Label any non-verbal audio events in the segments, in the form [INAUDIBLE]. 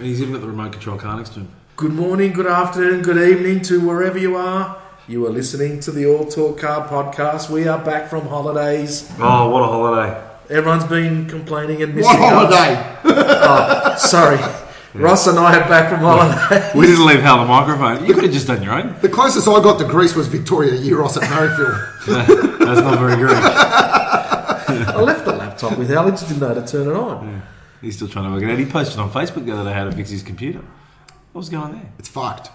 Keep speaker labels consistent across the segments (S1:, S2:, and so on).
S1: He's even got the remote control car next to him.
S2: Good morning, good afternoon, good evening to wherever you are. You are listening to the All Talk Car podcast. We are back from holidays.
S3: Oh, what a holiday.
S2: Everyone's been complaining and missing.
S3: What
S2: us.
S3: holiday?
S2: Oh, [LAUGHS] sorry, Ross and I are back from holiday.
S1: We didn't leave Hal the microphone. You could have just done your own.
S3: The closest I got to Greece was Victoria Euros at
S1: [LAUGHS]
S3: Merrifield.
S1: That's not very good.
S2: I left the laptop with Al. I just didn't know how to turn it on.
S1: He's still trying to work it out. He posted on Facebook the other day how to fix his computer. What was going on there? [LAUGHS]
S3: It's fucked.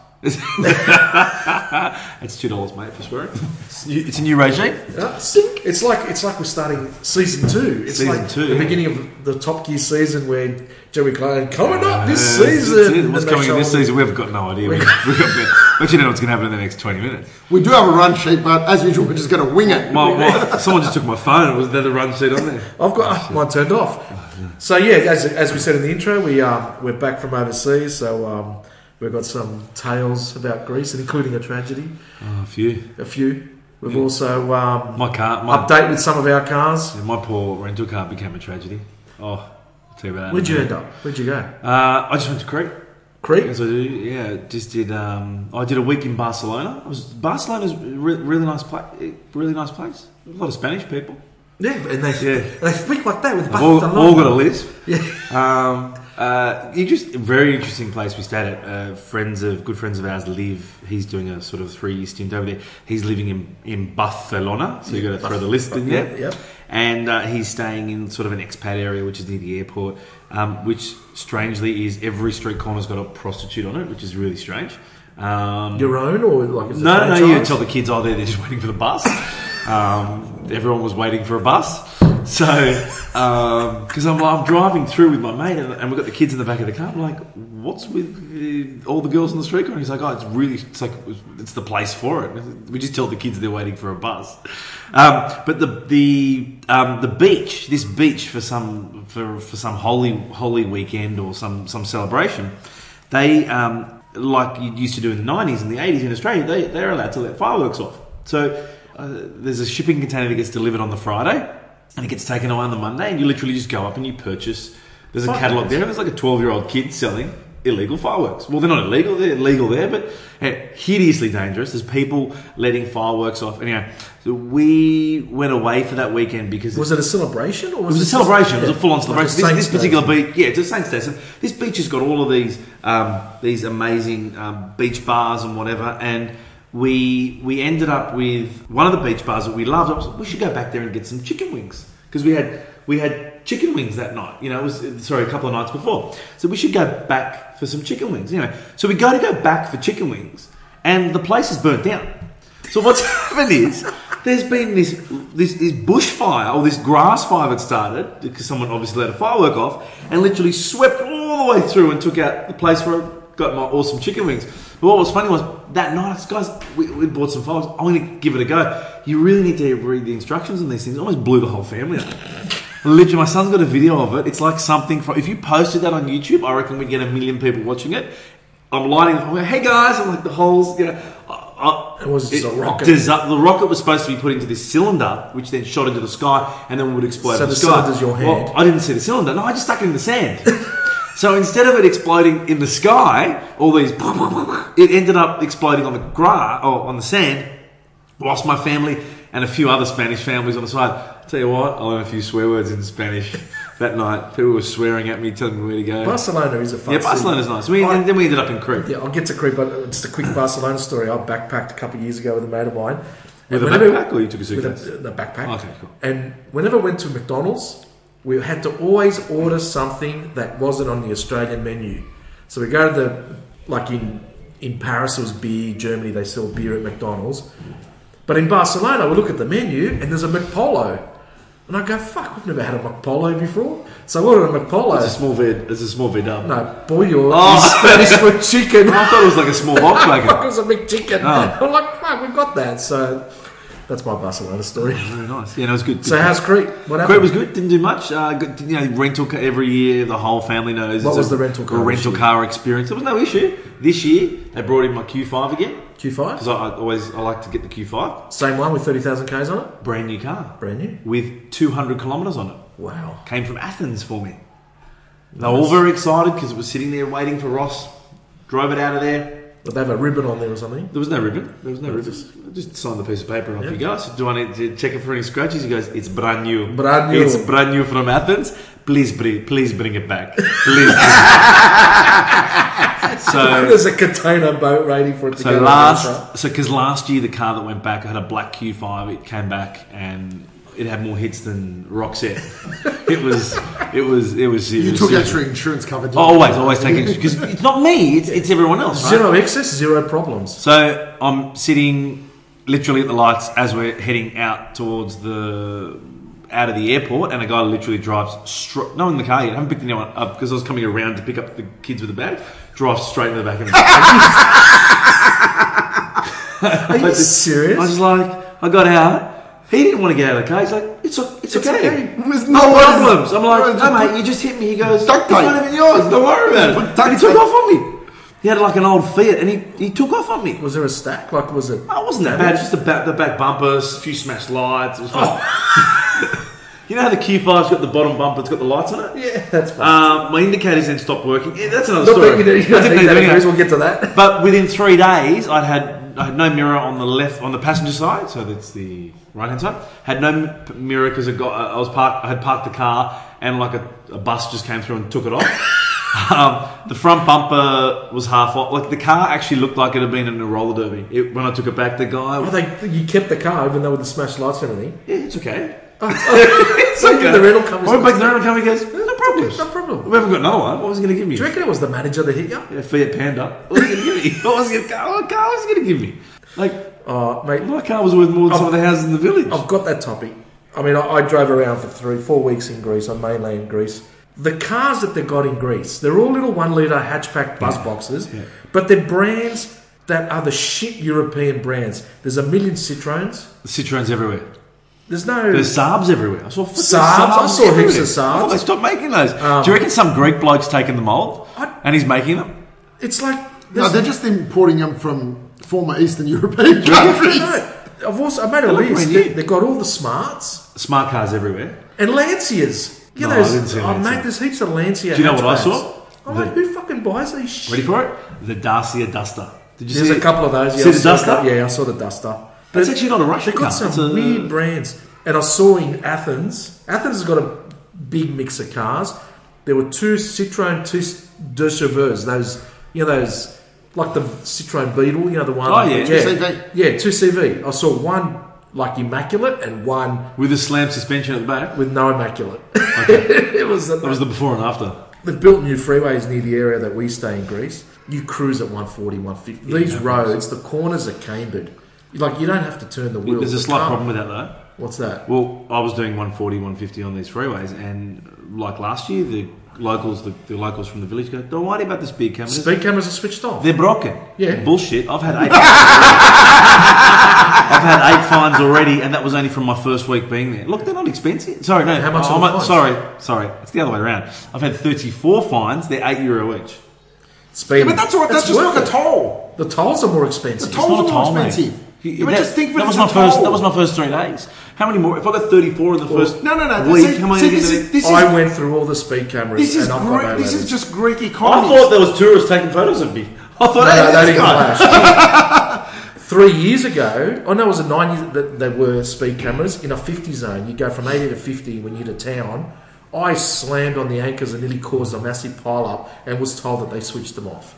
S1: That's two dollars, mate, for swearing. It's, new, it's a new eh? regime.
S2: Uh, It's like it's like we're starting season two. It's
S1: Season
S2: like
S1: two,
S2: the
S1: yeah.
S2: beginning of the Top Gear season where Joey Klein coming up this
S1: Uh,
S2: season.
S1: it's- What's
S2: And they
S1: coming in
S2: show
S1: this
S2: all-
S1: season? We've got no idea. We've, we've got, but you know what's going to happen in the next twenty minutes.
S3: We do have a run sheet, but as usual, we're just going to wing it.
S1: My, my, someone just took my phone. Was there the run sheet on there?
S2: I've got mine turned off. So yeah, as, as we said in the intro, we um, we're back from overseas, so um, we've got some tales about Greece, and including a tragedy,
S1: Oh, a few.
S2: a few. We've
S1: Yeah.
S2: also um,
S1: My car. My,
S2: update with some of our cars.
S1: yeah, my poor rental car became a tragedy. Oh, I'll tell you about that. in a
S2: Where'd you
S1: minute.
S2: end up? Where'd you go?
S1: Uh, I just went to Crete.
S2: Crete.
S1: As I do, yeah. Just did. Um, I did a week in Barcelona. It was Barcelona's a re- really nice place. Really nice place. A lot of Spanish people.
S2: Yeah, and they
S1: Yeah.
S2: and they speak like that with
S1: I've all,
S2: Barcelona.
S1: all got a list.
S2: Yeah.
S1: Um, uh, you just very interesting place we stayed at. Uh, friends of good friends of ours live. He's doing a sort of three year stint over there. He's living in in Barcelona, so you got to throw the list in there.
S2: Yeah, yeah.
S1: And uh, he's staying in sort of an expat area, which is near the airport, um, which strangely is every street corner's got a prostitute on it, which is really strange. Um,
S2: Your own or like is it
S1: no, no, you
S2: franchise?
S1: tell the kids, oh, they're they're just [LAUGHS] waiting for the bus. Um, everyone was waiting for a bus. So, because I'm, I'm driving through with my mate and, and we've got the kids in the back of the car. I'm like, what's with the, all the girls on the street corner? He's like, oh, it's really, it's like, it's the place for it. We just tell the kids they're waiting for a bus. Um, but the, the, um, the beach, this beach for some, for, for some holy, holy weekend or some, some celebration, they um, like you used to do in the 90s and the 80s in australia they, they're allowed to let fireworks off so uh, there's a shipping container that gets delivered on the friday and it gets taken away on the monday and you literally just go up and you purchase there's a catalogue there and there's like a 12 year old kid selling illegal fireworks well they're not illegal they're legal there but eh, hideously dangerous there's people letting fireworks off anyway so we went away for that weekend because
S2: Was it a celebration or was
S1: it was a
S2: just-
S1: celebration. It was a
S2: yeah.
S1: full-on
S2: Like a
S1: celebration.
S2: Saints
S1: This, this
S2: Day.
S1: particular beach, yeah, it's a Saints Day. So this beach has got all of these um, these amazing um, beach bars and whatever. And we we ended up with one of the beach bars that we loved. I was like, we should go back there and get some chicken wings because we had we had chicken wings that night. You know, it was sorry a couple of nights before. So we should go back for some chicken wings. You know, so we go to go back for chicken wings, and the place is burnt down. So what's [LAUGHS] happened is there's been this this, this bushfire or this grass fire that started because someone obviously let a firework off and literally swept all the way through and took out the place where I got my awesome chicken wings. But what was funny was that night, I said, guys, we, we bought some fireworks. I'm going to give it a go. You really need to read the instructions on these things. It almost blew the whole family up. Literally, my son's got a video of it. It's like something from. If you posted that on YouTube, I reckon we'd get a million people watching it. I'm lighting. I'm like, hey guys, I'm like the holes. You know, I, I,
S2: It was just a rocket.
S1: desi- the rocket was supposed to be put into this cylinder, which then shot into the sky and then would explode.
S2: So
S1: in the,
S2: the
S1: sky.
S2: cylinder's your
S1: Well,
S2: hand.
S1: I didn't see the cylinder. No, I just stuck it in the sand. so instead of it exploding in the sky, all these, it ended up exploding on the grass or on the sand. Whilst my family and a few other Spanish families on the side. I'll tell you what, I learned a few swear words in Spanish that night. People were swearing at me, telling me where to go.
S2: Barcelona is a fun
S1: yeah,
S2: city.
S1: Barcelona's nice. We,
S2: I-
S1: and then we ended up in Crete.
S2: Yeah, I'll get to Crete, but uh, just a quick Barcelona story. I backpacked a couple of years ago with a mate of mine. And
S1: With a
S2: whenever-
S1: backpack or you took a
S2: With
S1: suitcase?
S2: a, the backpack.
S1: Okay, cool.
S2: And whenever I went to McDonald's, we had to always order something that wasn't on the Australian menu. So we go to the, like in, in Paris, it was beer, Germany, they sell beer at McDonald's. But in Barcelona, we look at the menu and there's a McPolo. And I go, fuck, we've never had a McPolo before. So I ordered a McPolo.
S1: It's a small vid. It's a small vid up.
S2: No, pollo
S1: Oh.
S2: is Spanish for chicken.
S1: [LAUGHS] I thought it was like a small
S2: Fuck, it [LAUGHS]
S1: Volkswagen.
S2: was a big chicken.
S1: Oh.
S2: [LAUGHS] I'm like, fuck, we got that. So that's my Barcelona story.
S1: Very nice. Yeah, no, it was good.
S2: So how's Crete? What happened?
S1: Crete was good. Didn't do much. Uh, good, you know, rental car every year. The whole family knows.
S2: What
S1: it's
S2: was
S1: a-
S2: the rental car
S1: A rental
S2: issue?
S1: car experience. There was no issue this year. They brought in my Q5 again because
S2: Q5?
S1: I, I always I like to get the Q5,
S2: Same one with 30,000 Ks on it?
S1: brand new car
S2: Brand new.
S1: with 200 kilometers on it.
S2: Wow.
S1: Came from Athens for me. They were all very excited because it was sitting there waiting for Ross. Drove it out of there.
S2: But they have a ribbon on there or something.
S1: There was no ribbon. There was no ribbon. Just sign the piece of paper and off
S2: Yeah.
S1: you go. I said, do I need to check it for any scratches? He goes, it's brand new.
S2: Brand new.
S1: It's brand new from Athens. Please bring, please bring it back. Please. Bring it back. so
S2: [LAUGHS] There's a container boat waiting for it to
S1: So
S2: go. to Malta.
S1: last, so because last year the car that went back had a black Q5, it came back and it had more hits than Roxette. it was, it was, it was. It
S3: You
S1: was
S3: took
S1: serious.
S3: extra insurance cover. didn't
S1: Oh,
S3: you?
S1: always, always taking because it's not me, it's, it's everyone else. Right?
S2: zero excess, zero problems.
S1: So I'm sitting literally at the lights as we're heading out towards the out of the airport, and a guy literally drives straight. No, in the car yet. I haven't picked anyone up because I was coming around to pick up the kids with the bag. Drives straight into the back of the.
S2: Are you serious?
S1: I was like, I got out. He didn't want to get out of the car. He's like, it's, o- it's,
S2: It's
S1: okay.
S2: okay.
S3: There's
S1: No
S3: one-
S1: problems. I'm
S3: No,
S1: like,
S3: just
S1: no,
S3: put-
S1: mate, you just hit me. He goes,
S3: Duct
S1: it's not
S3: tape.
S1: even yours. Don't worry about
S3: Put
S1: it.
S3: duct
S1: And he took
S3: tape.
S1: off on me. He had like an old Fiat and he, he took off on me.
S2: was there a stack? Like, was it?
S1: I Oh, wasn't that bad. Just the back, the back bumpers, a few smashed lights. It was fine. [LAUGHS] you know how the Q5's got the bottom bumper, it's got the lights on it?
S2: Oh. Yeah, [LAUGHS] that's fine.
S1: Um, my indicators then stopped working. Yeah, that's another
S2: Not
S1: story.
S2: that you need- you
S1: I
S2: don't
S1: didn't
S2: need
S1: need
S2: that
S1: them
S2: anyways,
S1: anyway.
S2: We'll get to that.
S1: But within three days, I'd had I had no mirror on the left on the passenger side, so that's the right hand side. Had no m- p- mirror because I got I was parked. I had parked the car, and like a, a bus just came through and took it off. [LAUGHS] um, the front bumper was half off. Like the car actually looked like it had been in a roller derby. It, when I took it back, the guy.
S2: Oh, they, you kept the car even though with the smashed lights and everything.
S1: yeah, it's okay.
S2: [LAUGHS] It's like the rental company.
S1: I went back to the rental car. He goes, no problems.
S2: No problem.
S1: We haven't got another one. What was he going to give me?
S2: Do you reckon it was the manager that hit you?
S1: Yeah, Fiat Panda. What was he going to give me? [LAUGHS] What was he going to give me? Like.
S2: Oh, mate,
S1: My car was worth more than some of the houses in the village.
S2: I've got that topic. I mean, I, I drove around for three, four weeks in Greece, on mainland Greece. The cars that they got in Greece, they're all little one litre hatchback bus boxes, but they're brands that are the shit European brands. There's a million oh. Citroens.
S1: Citroens everywhere.
S2: There's no.
S1: There's Saabs everywhere. I saw fucking
S2: Saabs? I saw
S1: everywhere.
S2: heaps of Saabs. Oh.
S1: I thought they stopped making those. Do you reckon some Greek bloke's taking the mold
S2: I-
S1: and he's making them?
S2: it's like.
S3: No,
S2: There's,
S3: they're just importing them from former Eastern [LAUGHS] European countries.
S2: no, I've also I made a
S1: look
S2: list.
S1: brand
S2: They,
S1: new.
S2: they got all the smarts
S1: Smart cars everywhere.
S2: and Lancias. You
S1: No,
S2: know,
S1: I didn't see a
S2: oh,
S1: Lancia.
S2: mate, there's heaps of Lancia.
S1: Do you know what I
S2: hatchbacks.
S1: saw?
S2: I'm like, who fucking buys these shit?
S1: Ready for it? The Dacia Duster. Did you
S2: There's
S1: see
S2: a
S1: it?
S2: couple of those. Yeah,
S1: See
S2: I
S1: the
S2: saw
S1: duster?
S2: that. Yeah, I saw the duster.
S1: That's actually not a Russian
S2: They've got
S1: car. It's
S2: some
S1: a-
S2: weird brands. And I saw in Athens, Athens has got a big mix of cars. There were two Citroen two De Chevreuse, those, you know, those, like the Citroen Beetle, you know, the one.
S1: Oh, yeah,
S2: yeah.
S3: 2CV.
S2: Yeah, 2CV. I saw one, like, immaculate and one
S1: With a slam suspension at the back.
S2: with no immaculate. [LAUGHS] it was,
S1: That was the before and after.
S2: They've built new freeways near the area that we stay in Greece. You cruise at 140, 150. These roads, the corners are cambered. Like, you don't have to turn the wheel.
S1: There's a
S2: The
S1: slight
S2: car-
S1: problem with that though.
S2: What's that?
S1: Well, I was doing 140, 150 on these freeways, and like last year, the locals, the, the locals from the village go, "Don't worry about the speed cameras.
S2: Speed cameras are switched off.
S1: They're broken.
S2: Yeah.
S1: Bullshit. I've had eight. I've had eight fines already, and that was only from my first week being there. Look, they're not expensive. Sorry, no.
S2: How much
S1: I'm
S2: are the
S1: not-
S2: fines?
S1: Sorry, sorry. It's the other way around. I've had 34 fines. They're eight euro each.
S2: Speed.
S3: But that's all,
S2: It's
S3: that's just
S2: worth
S3: like a
S2: it.
S3: toll.
S2: The tolls are more expensive.
S3: The toll- Tolls
S1: It's
S3: are more
S1: not a toll, mate.
S3: expensive.
S1: You-
S3: Yeah, but
S1: that-
S3: just think of it
S1: that was my
S3: as a
S1: first.
S3: toll.
S1: That was my first three days. How many more? If I got 34 in the first
S3: No, no, no.
S1: week,
S3: see,
S1: how many?
S3: see,
S1: are you
S3: this
S1: gonna-
S3: is this
S2: I
S3: is
S2: went through all the speed cameras
S3: this is,
S2: and I've
S3: Gre-
S2: got
S3: this is just Greek
S1: I
S3: economy.
S1: thought there was tourists taking photos of me. [LAUGHS] I thought, hey,
S2: no,
S1: this
S2: they
S3: [LAUGHS]
S2: didn't
S1: guy.
S2: flash. Three years ago, oh no, it was a nine years that there were speed cameras in a 50 zone. You go from 80 to 50 when you hit a town. I slammed on the anchors and nearly caused a massive pile up and was told that they switched them off.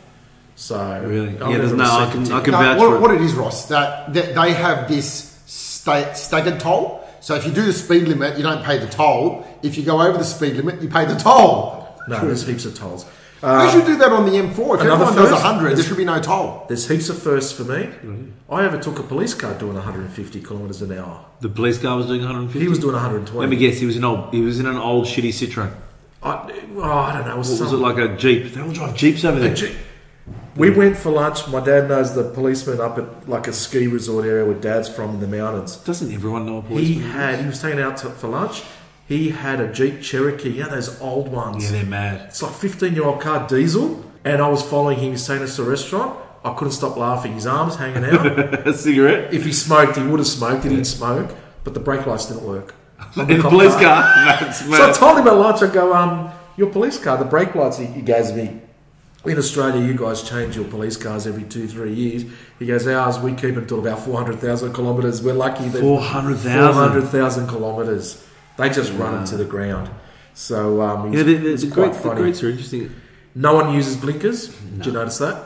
S2: So,
S1: Really?
S2: I've
S1: Yeah, there's
S2: never
S1: no- I
S2: received
S1: can-
S2: a
S1: I
S2: ticket.
S1: can
S3: No,
S1: vouch
S3: what,
S1: for it.
S3: what it is, Ross, that, that they have this sta- staggered toll. So if you do the speed limit, you don't pay the toll. If you go over the speed limit, you pay the toll.
S2: No, there's heaps of tolls.
S1: Uh,
S3: they should do that on the M4. If
S2: another
S3: everyone does
S2: first?
S3: 100, there should be no toll.
S2: There's heaps of firsts for me.
S1: Mm-hmm.
S2: I overtook a police car doing 150 kilometres an hour.
S1: The police guy was doing 150.
S2: He was doing 120.
S1: Let me guess. He was an old. He was in an old shitty Citroen.
S2: I, oh, I don't know. It was,
S1: What was it
S2: some-
S1: like a jeep? They all drive jeeps over there.
S2: Gee. We went for lunch. My dad knows the policeman up at like a ski resort area where dad's from in the mountains.
S1: Doesn't everyone know a policeman?
S2: He had, he was taken out to, for lunch. He had a Jeep Cherokee, you know, those old
S1: yeah,
S2: ones.
S1: they're mad. [LAUGHS]
S2: It's like 15 year old car diesel. And I was following him. He was taking us to a restaurant. I couldn't stop laughing. His arms hanging
S1: [LAUGHS]
S2: out.
S1: a cigarette
S2: if he smoked, he would have smoked. He didn't smoke,
S1: [LAUGHS]
S2: but the brake lights didn't work.
S1: in the police car. [LAUGHS] That's
S2: So I
S1: mad.
S2: told him at lunch, I go, um, Your police car, the brake lights he, he goes me. In Australia, you guys change your police cars every two, three years. He goes, ours, we keep until about 400,000 kilometres. We're lucky that
S1: 400,000.
S2: 400,000 kilometres. They just run it to the ground. So, um,
S1: You know,
S2: it's,
S1: the, the, the,
S2: it's quite
S1: Greeks, the
S2: funny.
S1: Greeks are interesting.
S2: No one uses blinkers. Did you notice that?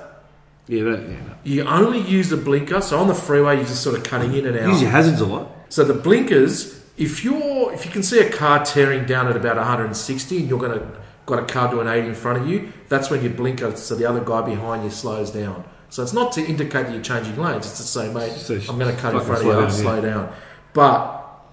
S1: Yeah, they don't, yeah. no.
S2: You only use the blinker. So on the freeway, you're just sort of cutting in and out.
S1: Use your hazards a lot.
S2: So the blinkers, if you're if you can see a car tearing down at about 160 and you're gonna got a car doing 80 in front of you, that's when you blinker so the other guy behind you slows down. So it's not to indicate that you're changing lanes, it's to say, mate,
S1: So
S2: I'm gonna cut in
S1: fucking
S2: front of
S1: slow
S2: you, I'll
S1: down, yeah.
S2: slow down. But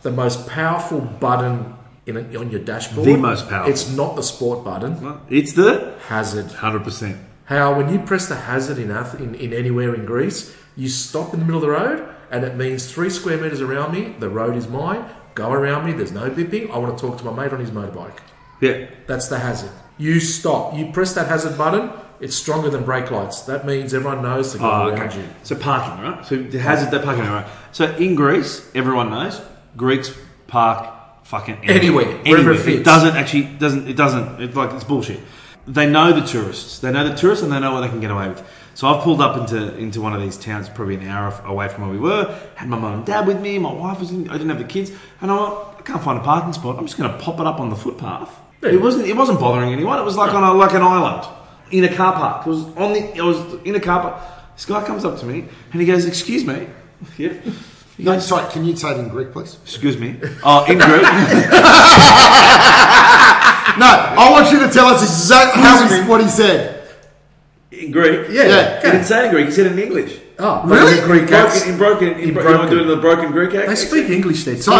S2: the most powerful button in a, on your dashboard
S1: The most powerful.
S2: it's not the sport button,
S1: Well, It's the
S2: hazard.
S1: 100%.
S2: How when you press the hazard in, Ath- in in anywhere in Greece, you stop in the middle of the road, and it means three square meters around me. The road is mine. Go around me. There's no bipping. I want to talk to my mate on his motorbike.
S1: Yeah.
S2: That's the hazard. You stop. You press that hazard button. It's stronger than brake lights. That means everyone knows to go
S1: Oh,
S2: around
S1: okay.
S2: you.
S1: So parking, right? So the hazard, they're parking, right? So in Greece, everyone knows Greeks park fucking
S2: Anywhere,
S1: anywhere,
S2: wherever it fits.
S1: It doesn't actually doesn't it doesn't it's like it's bullshit. They know the tourists. They know the tourists, and they know what they can get away with. So I've pulled up into into one of these towns, probably an hour f- away from where we were. Had my mum and dad with me. My wife was. In, I didn't have the kids, and I, I can't find a parking spot. I'm just going to pop it up on the footpath.
S2: Yeah.
S1: It wasn't. It wasn't bothering anyone. It was like on a, like an island in a car park. It was on the. It was in a car park. This guy comes up to me and he goes, "Excuse me." [LAUGHS] Yeah. He
S3: No,
S1: goes,
S3: sorry, can you say it in Greek, please?
S1: Excuse me. Oh, in Greek. Ah.
S3: No, I want you to tell us exactly how he- what he said.
S1: in Greek.
S2: Yeah,
S3: Yeah.
S1: He didn't say it in Greek. He said it in English.
S2: Oh,
S3: Really?
S2: but in Greek
S1: Broken,
S2: acts-
S1: in broken, in,
S2: in
S1: bro- you wanna
S2: broken.
S1: do it in a broken Greek
S2: They
S1: accent?
S2: speak English there too.
S3: So,
S2: Al.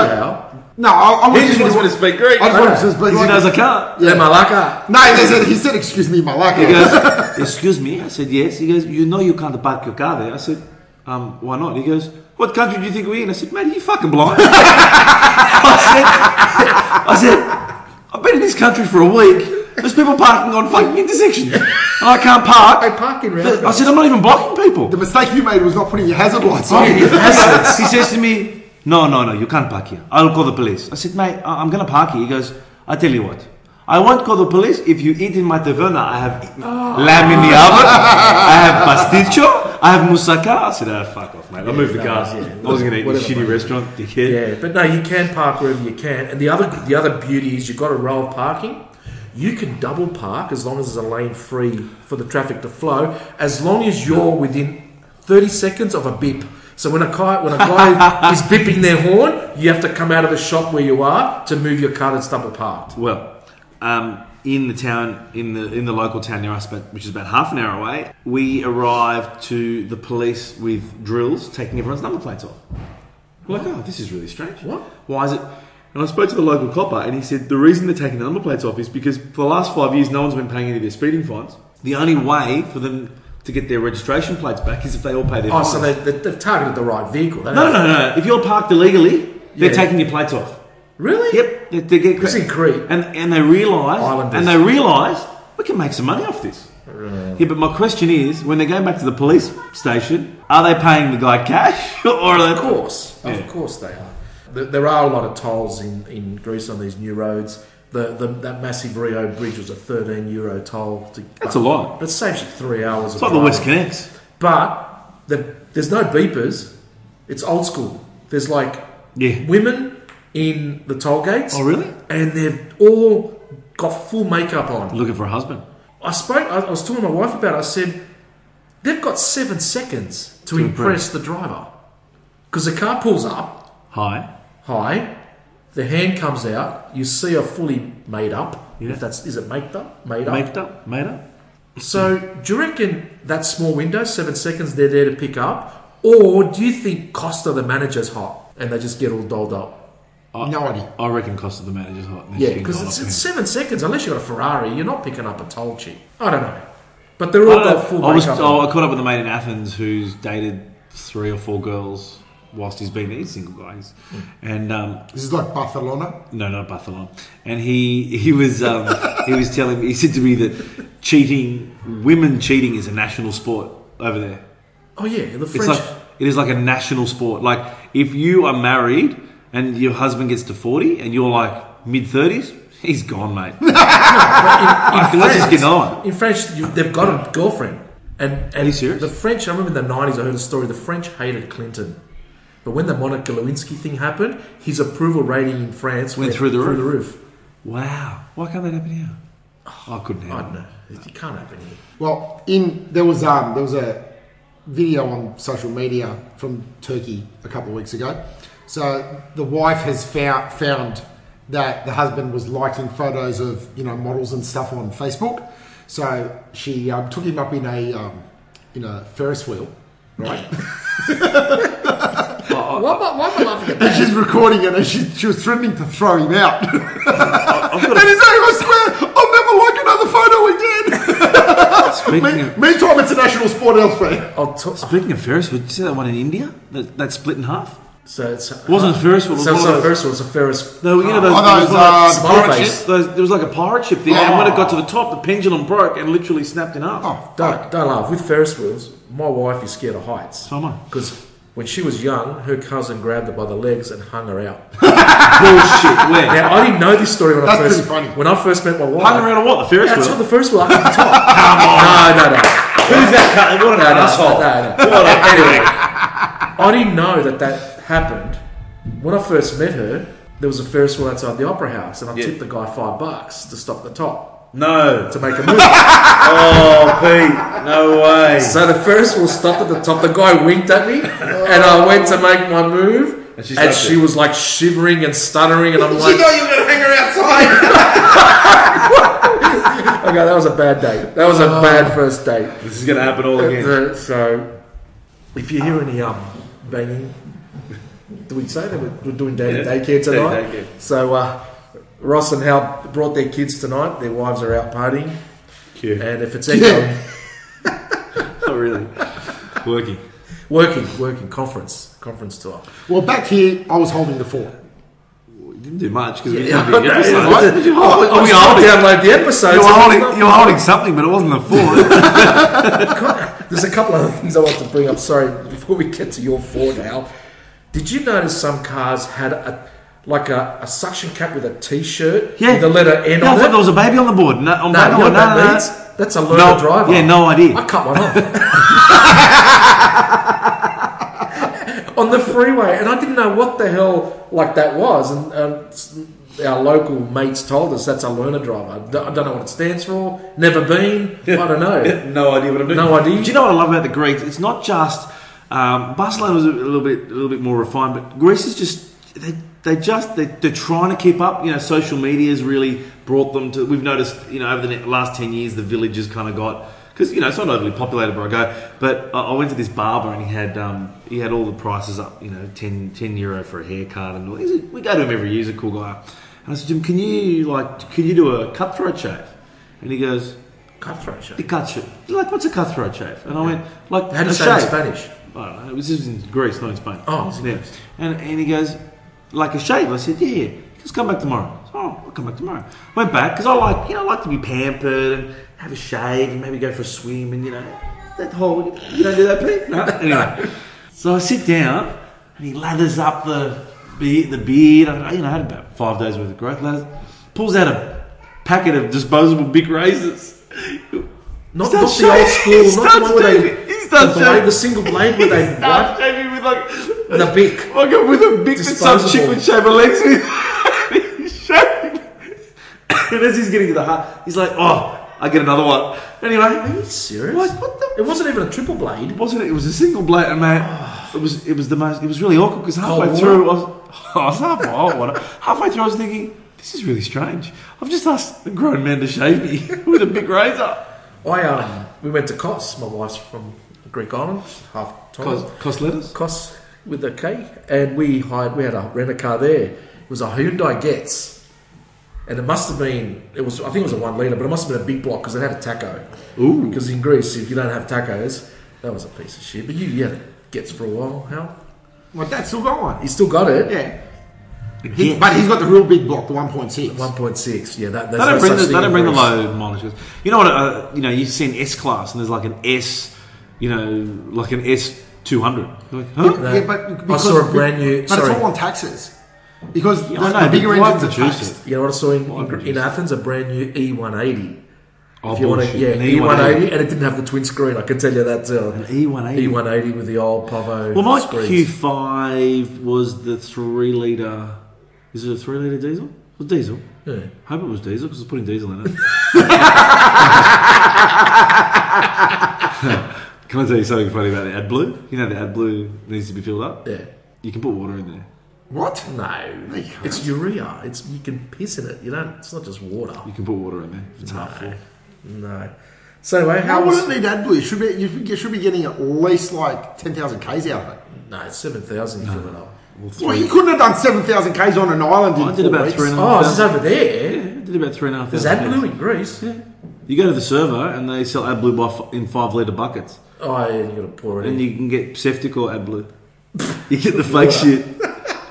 S3: no, I, I want
S1: He just wants me to speak Greek.
S3: I just want him to
S1: Because
S3: speak
S1: he knows I [LAUGHS] can't.
S2: Yeah, Malaka.
S3: No, he said, he said, excuse me, Malaka.
S1: He goes, excuse me. I said, yes. He goes, you know you can't park your car there. I said, um, why not? He goes, what country do you think we're in? I said, man, you fucking blind. [LAUGHS] I said, I said, I've been in this country for a week. There's people parking on fucking intersections. And I can't
S2: They
S1: park.
S2: park in round.
S1: I said, I'm not even blocking people.
S3: The mistake you made was not putting your hazard lights
S1: Oh,
S3: on.
S1: [LAUGHS] he says to me, No, no, no, you can't park here. I'll call the police. I said, Mate, I- I'm going to park here. He goes, I tell you what. I won't call the police if you eat in my taverna. I have lamb in the oven. I have pasticcio. I have moussaka. I said, ah, fuck off, mate. I moved the cars. I was going to eat in a
S2: Whatever,
S1: shitty
S2: mate.
S1: restaurant, dickhead.
S2: Yeah, but no, you can park wherever you can. And the other the other beauty is you've got a row of parking. You can double park as long as there's a lane free for the traffic to flow, as long as you're within 30 seconds of a bip. So when a guy when
S1: [LAUGHS]
S2: a guy is bipping their horn, you have to come out of the shop where you are to move your car that's double parked.
S1: Well, um, in the town, in the in the local town near us, but which is about half an hour away, we arrived to the police with drills taking everyone's number plates off. We're like, oh, this is really strange.
S2: What?
S1: Why is it? And I spoke to the local copper, and he said the reason they're taking the number plates off is because for the last five years, no one's been paying any of their speeding fines. The only way for them to get their registration plates back is if they all pay their
S2: Oh,
S1: fines.
S2: so they, they, they've targeted the right vehicle. They
S1: no,
S2: don't-
S1: no, no, no. If you're parked illegally, they're
S2: Yeah.
S1: taking your plates off.
S2: Really?
S1: [LAUGHS] Yep, they, they get
S2: It's in Crete.
S1: and and they realise,
S2: Islanders.
S1: and they realise we can make some money off this. Yeah, but my question is, when they go back to the police station, are they paying the guy cash [LAUGHS] or are they?
S2: Of course,
S1: Yeah.
S2: of course they are. There, there are a lot of tolls in, in Greece on these new roads. The, the that massive Rio bridge was a 13 euro toll. To,
S1: That's a lot.
S2: But it saves you three hours.
S1: It's like the West Connects.
S2: But the, there's no beepers. It's old school. There's like
S1: Yeah.
S2: women in the toll gates.
S1: Oh, really?
S2: And they've all got full makeup on.
S1: Looking for a husband.
S2: I spoke. I, I was talking to my wife about. it. I said they've got seven seconds to, impress the driver because the car pulls up
S1: Hi.
S2: high. The hand comes out. You see her fully made up.
S1: Yeah.
S2: If that's is it made up? Made up.
S1: Made up. Made up.
S2: So do you reckon that small window, seven seconds, they're there to pick up, or do you think Costa, the manager's hot, and they just get all dolled up?
S3: No idea.
S1: I reckon cost of the manager's hot.
S2: Yeah, because it's, it's seven seconds. Unless you've got a Ferrari, you're not picking up a toll cheap. I don't know, but they're
S1: I,
S2: all
S1: don't
S2: got full
S1: know. I was.
S2: makeup.
S1: Oh,
S2: on.
S1: I caught up with a mate in Athens who's dated three or four girls whilst he's been he's single guys,
S2: Hmm.
S1: and um,
S3: This is like Barcelona.
S1: No, not Barcelona. And he he was um, he was telling me he said to me that cheating, women cheating, is a national sport over there.
S2: Oh yeah, the
S1: It's
S2: French.
S1: like it is like a national sport. Like if you are married and your husband gets to forty and you're like mid thirties, He's gone, mate.
S2: But in, in
S1: Let's just
S2: France,
S1: get another one.
S2: in French, you, they've got a girlfriend. And, and
S1: you serious?
S2: the French, I remember in the 90s, I heard a story. The French hated Clinton. But when the Monica Lewinsky thing happened, his approval rating in France
S1: Went through the
S2: Through the roof.
S1: Wow. Why can't that happen here? Oh, I couldn't
S2: I
S1: handle
S2: don't
S1: it.
S2: know. It can't happen here.
S3: Well, in there was um, there was a video on social media from Turkey a couple of weeks ago. So the wife has found found that the husband was liking photos of you know models and stuff on Facebook. So she um, took him up in a um, in a Ferris wheel, right?
S2: Why am I, why am I laughing at that?
S3: and she's recording it, and she, she was threatening to throw him out. and he's
S1: [LAUGHS]
S3: like, I swear, I'll never like another photo again.
S1: Speaking of,
S3: Meantime, it's a national sport elsewhere.
S2: I'll talk.
S1: speaking of Ferris, would you see that one in India? That, that split in half?
S2: So it's, it
S1: wasn't a Ferris wheel, it was
S2: So it's
S1: one of those-
S2: not a Ferris wheel. It's a Ferris.
S1: No, you know those,
S3: Oh,
S1: there was
S3: those,
S1: one of
S3: uh,
S1: pirate
S2: pirate
S1: ship- those- there was like a pirate ship thing, and when it got to the top, the pendulum broke and literally snapped in half.
S3: Oh, fuck.
S2: Don't, don't laugh. With Ferris wheels, my wife is scared of heights.
S1: So am I.
S2: Because when she was young, her cousin grabbed her by the legs and hung her out.
S1: Bullshit! Where?
S2: Now I didn't know this story when
S3: That's
S2: I first
S3: pretty funny.
S2: when I first met my wife.
S1: Hung around on what? The Ferris
S2: That's
S1: wheel?
S2: what the first one. Up the top. Come on. No, no, no.
S1: Who's that? What an
S2: No, no,
S1: asshole!
S2: no, no. anyway, I didn't know that that happened. When I first met her, there was a Ferris wheel outside the Opera House, and I
S1: Yeah.
S2: tipped the guy five bucks to stop the top
S1: No.
S2: to make a move.
S1: Oh, Pete. No way.
S2: So the first wheel stopped at the top. The guy winked at me, and I went to make my move,
S1: And
S2: and
S1: she
S2: she,
S1: stopped you.
S2: was like shivering and stuttering,
S3: [LAUGHS]
S2: and I'm like,
S3: you were going to hang her outside.
S2: "Okay, that was a bad date. That was a bad first date."
S1: This is going to happen all
S2: [LAUGHS]
S1: again.
S2: Uh, So, if you hear any um banging, do we say that we're, we're doing day to day
S1: Yeah,
S2: care tonight?
S1: day-to-day care.
S2: So, uh, Ross and Hal brought their kids tonight. Their wives are out partying,
S1: Cute.
S2: and if it's um, echo,
S3: Yeah.
S1: Not really. Working.
S2: working, working conference, conference tour.
S1: Oh,
S3: [LAUGHS] well, back here, I was holding the fort.
S1: You didn't do much because we
S2: Yeah,
S1: didn't do the
S2: I know.
S1: episode.
S3: What?
S1: Did you
S2: I
S1: hold-
S2: was
S1: you
S2: trying
S1: were
S2: to
S1: holding-
S2: download the episodes.
S1: you were
S2: and it's
S1: holding-
S2: not
S1: you were holding something, but it wasn't the four.
S2: [LAUGHS] There's a couple other things I want to bring up. Sorry, before we get to your four now, did you notice some cars had a like a, a suction cap with a T-shirt
S1: Yeah.
S2: with the letter N
S1: Yeah, I
S2: on
S1: thought
S2: it?
S1: there was a baby on the board. No, on my
S2: no, you know
S1: board.
S2: what
S1: No, no,
S2: that
S1: no.
S2: means? That's a learner
S1: No,
S2: driver.
S1: yeah, no idea.
S2: I cut one off [LAUGHS] on the freeway, and I didn't know what the hell like that was. And um, s- our local mates told us that's a learner driver. I don't I don't know what it stands for. Never been. I don't know.
S1: no idea what I'm doing.
S2: No idea.
S1: Do you know what I love about the Greeks? It's not just um, Barcelona was a little bit, a little bit more refined, but Greece is just they, they just they, they're trying to keep up. You know, social media's really brought them to. We've noticed, you know, over the ne- last ten years, the village has kind of got because you know it's not overly populated where I go. But I, I went to this barber and he had um, he had all the prices up. You know, 10, 10 euro for a haircut, and all. He's a- we go to him every year. He's a cool guy. And I said to him, "Can you like, can you do a cutthroat shave?" And he goes,
S2: Cutthroat show.
S1: the cut shave. Like, what's a cutthroat shave? And I went, like,
S2: How
S1: a
S2: do you say it in
S1: shave.
S2: Spanish?
S1: I don't know. This is in Greece, not in Spain.
S2: Oh, it's in
S1: Yeah.
S2: Greece.
S1: And, and he goes, like a shave. I said, yeah, yeah. He goes, come back tomorrow. I said, oh, I'll come back tomorrow. Went back because I like, you know, I like to be pampered and have a shave and maybe go for a swim and, you know, that whole, you don't do that, Pete? No. Anyway, so I sit down and he lathers up the beard. The beard. I, you know, I had about five days worth of growth. Lathers, pulls out a packet of disposable big razors.
S2: Not, not
S1: Starts
S2: the old
S1: shaving.
S2: school, not the one where
S1: He starts
S2: they
S1: shaving. He starts
S2: the, blade,
S1: shaving.
S2: the single blade
S1: [LAUGHS]
S2: where they wipe
S1: Starts shaving with [LAUGHS] like
S2: the beak.
S1: I got with a big that some
S2: Disposable.
S1: chick would shave her legs with. [LAUGHS] He's shaving. and as he's getting to the heart, he's like, oh, I get another one.
S2: Are
S1: Anyway,
S2: you serious?
S1: what, what the?
S2: It wasn't even a triple blade.
S1: Wasn't it? It was a single blade, and man, it was it was the most. It was really awkward because halfway
S2: water?
S1: through, I was, [LAUGHS] I was halfway, hot water. halfway through, I was thinking, this is really strange. I've just asked a grown man to shave me [LAUGHS] with a big razor.
S2: I um, we went to Kos. My wife's from Greek island, half
S1: Cost,
S2: time.
S1: cost letters.
S2: Kos with a K, and we hired. We had a rent a car there. It was a Hyundai Getz, and it must have been. It was. I think it was a one liter, but it must have been a big block because it had a taco.
S1: Ooh.
S2: Because in Greece, if you don't have tacos, that was a piece of shit. But you, you had a Getz for a while. How?
S3: Like, that's still going.
S2: He still got it.
S3: Yeah. He- But he's got the real big block, the 1.6.
S2: One point six. Yeah, that, that's
S1: They don't
S2: no
S1: bring,
S2: such
S1: the,
S2: thing
S1: they
S2: in
S1: don't bring the
S2: Greece.
S1: low monitors. You know what? Uh, you know, you see an S class, and there's like an S, you know, like an S two hundred. Like, huh?
S3: Yeah, but
S2: I
S3: because,
S2: saw a brand new-
S3: But
S2: sorry.
S3: it's all on taxes. because
S1: Yeah,
S3: the,
S1: I know,
S3: the bigger
S1: but why
S3: engines are
S1: produce
S3: taxed.
S1: it?
S2: You know what I saw in,
S1: Why would
S2: in,
S1: you
S2: in
S1: say-
S2: Athens? A brand new E E180.
S1: Oh,
S2: if you want to,
S1: bullshit.
S2: yeah,
S1: An
S2: E180,
S1: E180.
S2: and it didn't have the twin screen. I can tell you that. Uh,
S1: E180.
S2: E180 with the old Pavo.
S1: E Well, my
S2: screens.
S1: Q5 was the three litre. Is it a three litre diesel? It was diesel.
S2: Yeah.
S1: I hope it was diesel because it's putting diesel in it. [LAUGHS] Can I tell you something funny about the AdBlue? You know the AdBlue needs to be filled up?
S2: yeah.
S1: You can put water in there.
S3: What?
S2: No,
S3: They can't.
S2: it's urea. It's you can piss in it. You don't. It's not just water.
S1: You can put water in there. if It's half full.
S2: No. So anyway, how
S3: How would
S2: was?
S3: it need that blue? It should be you should- you should be getting at least like ten thousand k's out of it.
S2: No, it's seven thousand. You fill it up.
S1: Well,
S3: Well,
S1: three,
S3: you couldn't have done seven thousand k's on an island. In
S1: I did
S3: four
S1: about
S3: weeks.
S1: three and a
S2: Oh,
S1: half
S2: it's just
S1: thousand.
S2: over there.
S1: Yeah, I did about three and a half
S2: Is
S1: thousand.
S2: that blue in Greece?
S1: Yeah. You go to the server and they sell AdBlue by f- in five litre buckets.
S2: Oh, yeah, you got to pour it in.
S1: And you can get Septic or AdBlue. [LAUGHS] You get the fake shit.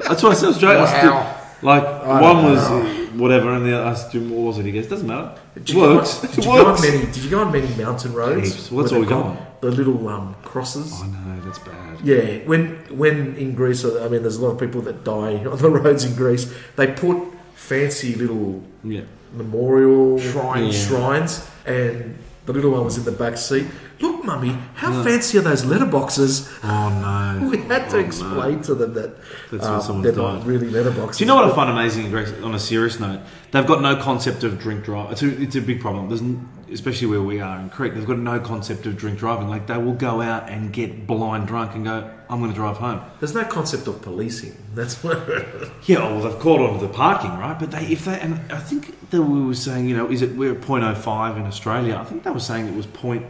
S1: That's why I said straight. I still-
S3: Wow.
S1: like,
S2: I
S1: one
S2: don't
S1: was uh, whatever and the other, I still- what was it? He goes, doesn't matter. It
S2: Did you go on-
S1: works.
S2: Did
S1: It
S2: you, go on
S1: works.
S2: many, did you go on many mountain roads?
S1: Heaps. What's
S2: where
S1: all
S2: they've
S1: we
S2: got
S1: go on?
S2: The little um, crosses.
S1: Oh no, that's bad.
S2: Yeah, when when in Greece, I mean, there's a lot of people that die [LAUGHS] on the roads in Greece. They put fancy little
S1: Yeah.
S2: memorial
S3: Shrines.
S1: Yeah.
S2: shrines, and the little one was in the back seat. Look, mummy, how fancy are those letterboxes?
S1: Mm. Oh no.
S2: [LAUGHS] We had to
S1: Oh, no.
S2: explain to them that
S1: That's
S2: um,
S1: when someone's
S2: they're not
S1: died.
S2: really letterboxes.
S1: Do you know what I find amazing in Greece? On a serious note, they've got no concept of drink drive. It's a, it's a big problem. There's, n- especially where we are in Crete, they've got no concept of drink driving. Like they will go out and get blind drunk and go, "I'm going to drive home."
S2: There's no concept of policing. That's [LAUGHS] what.
S1: Yeah, well, they've called on the parking, right? But they, if they, and I think that we were saying, you know, is it we're at 0.05 in Australia? I think they were saying it was point.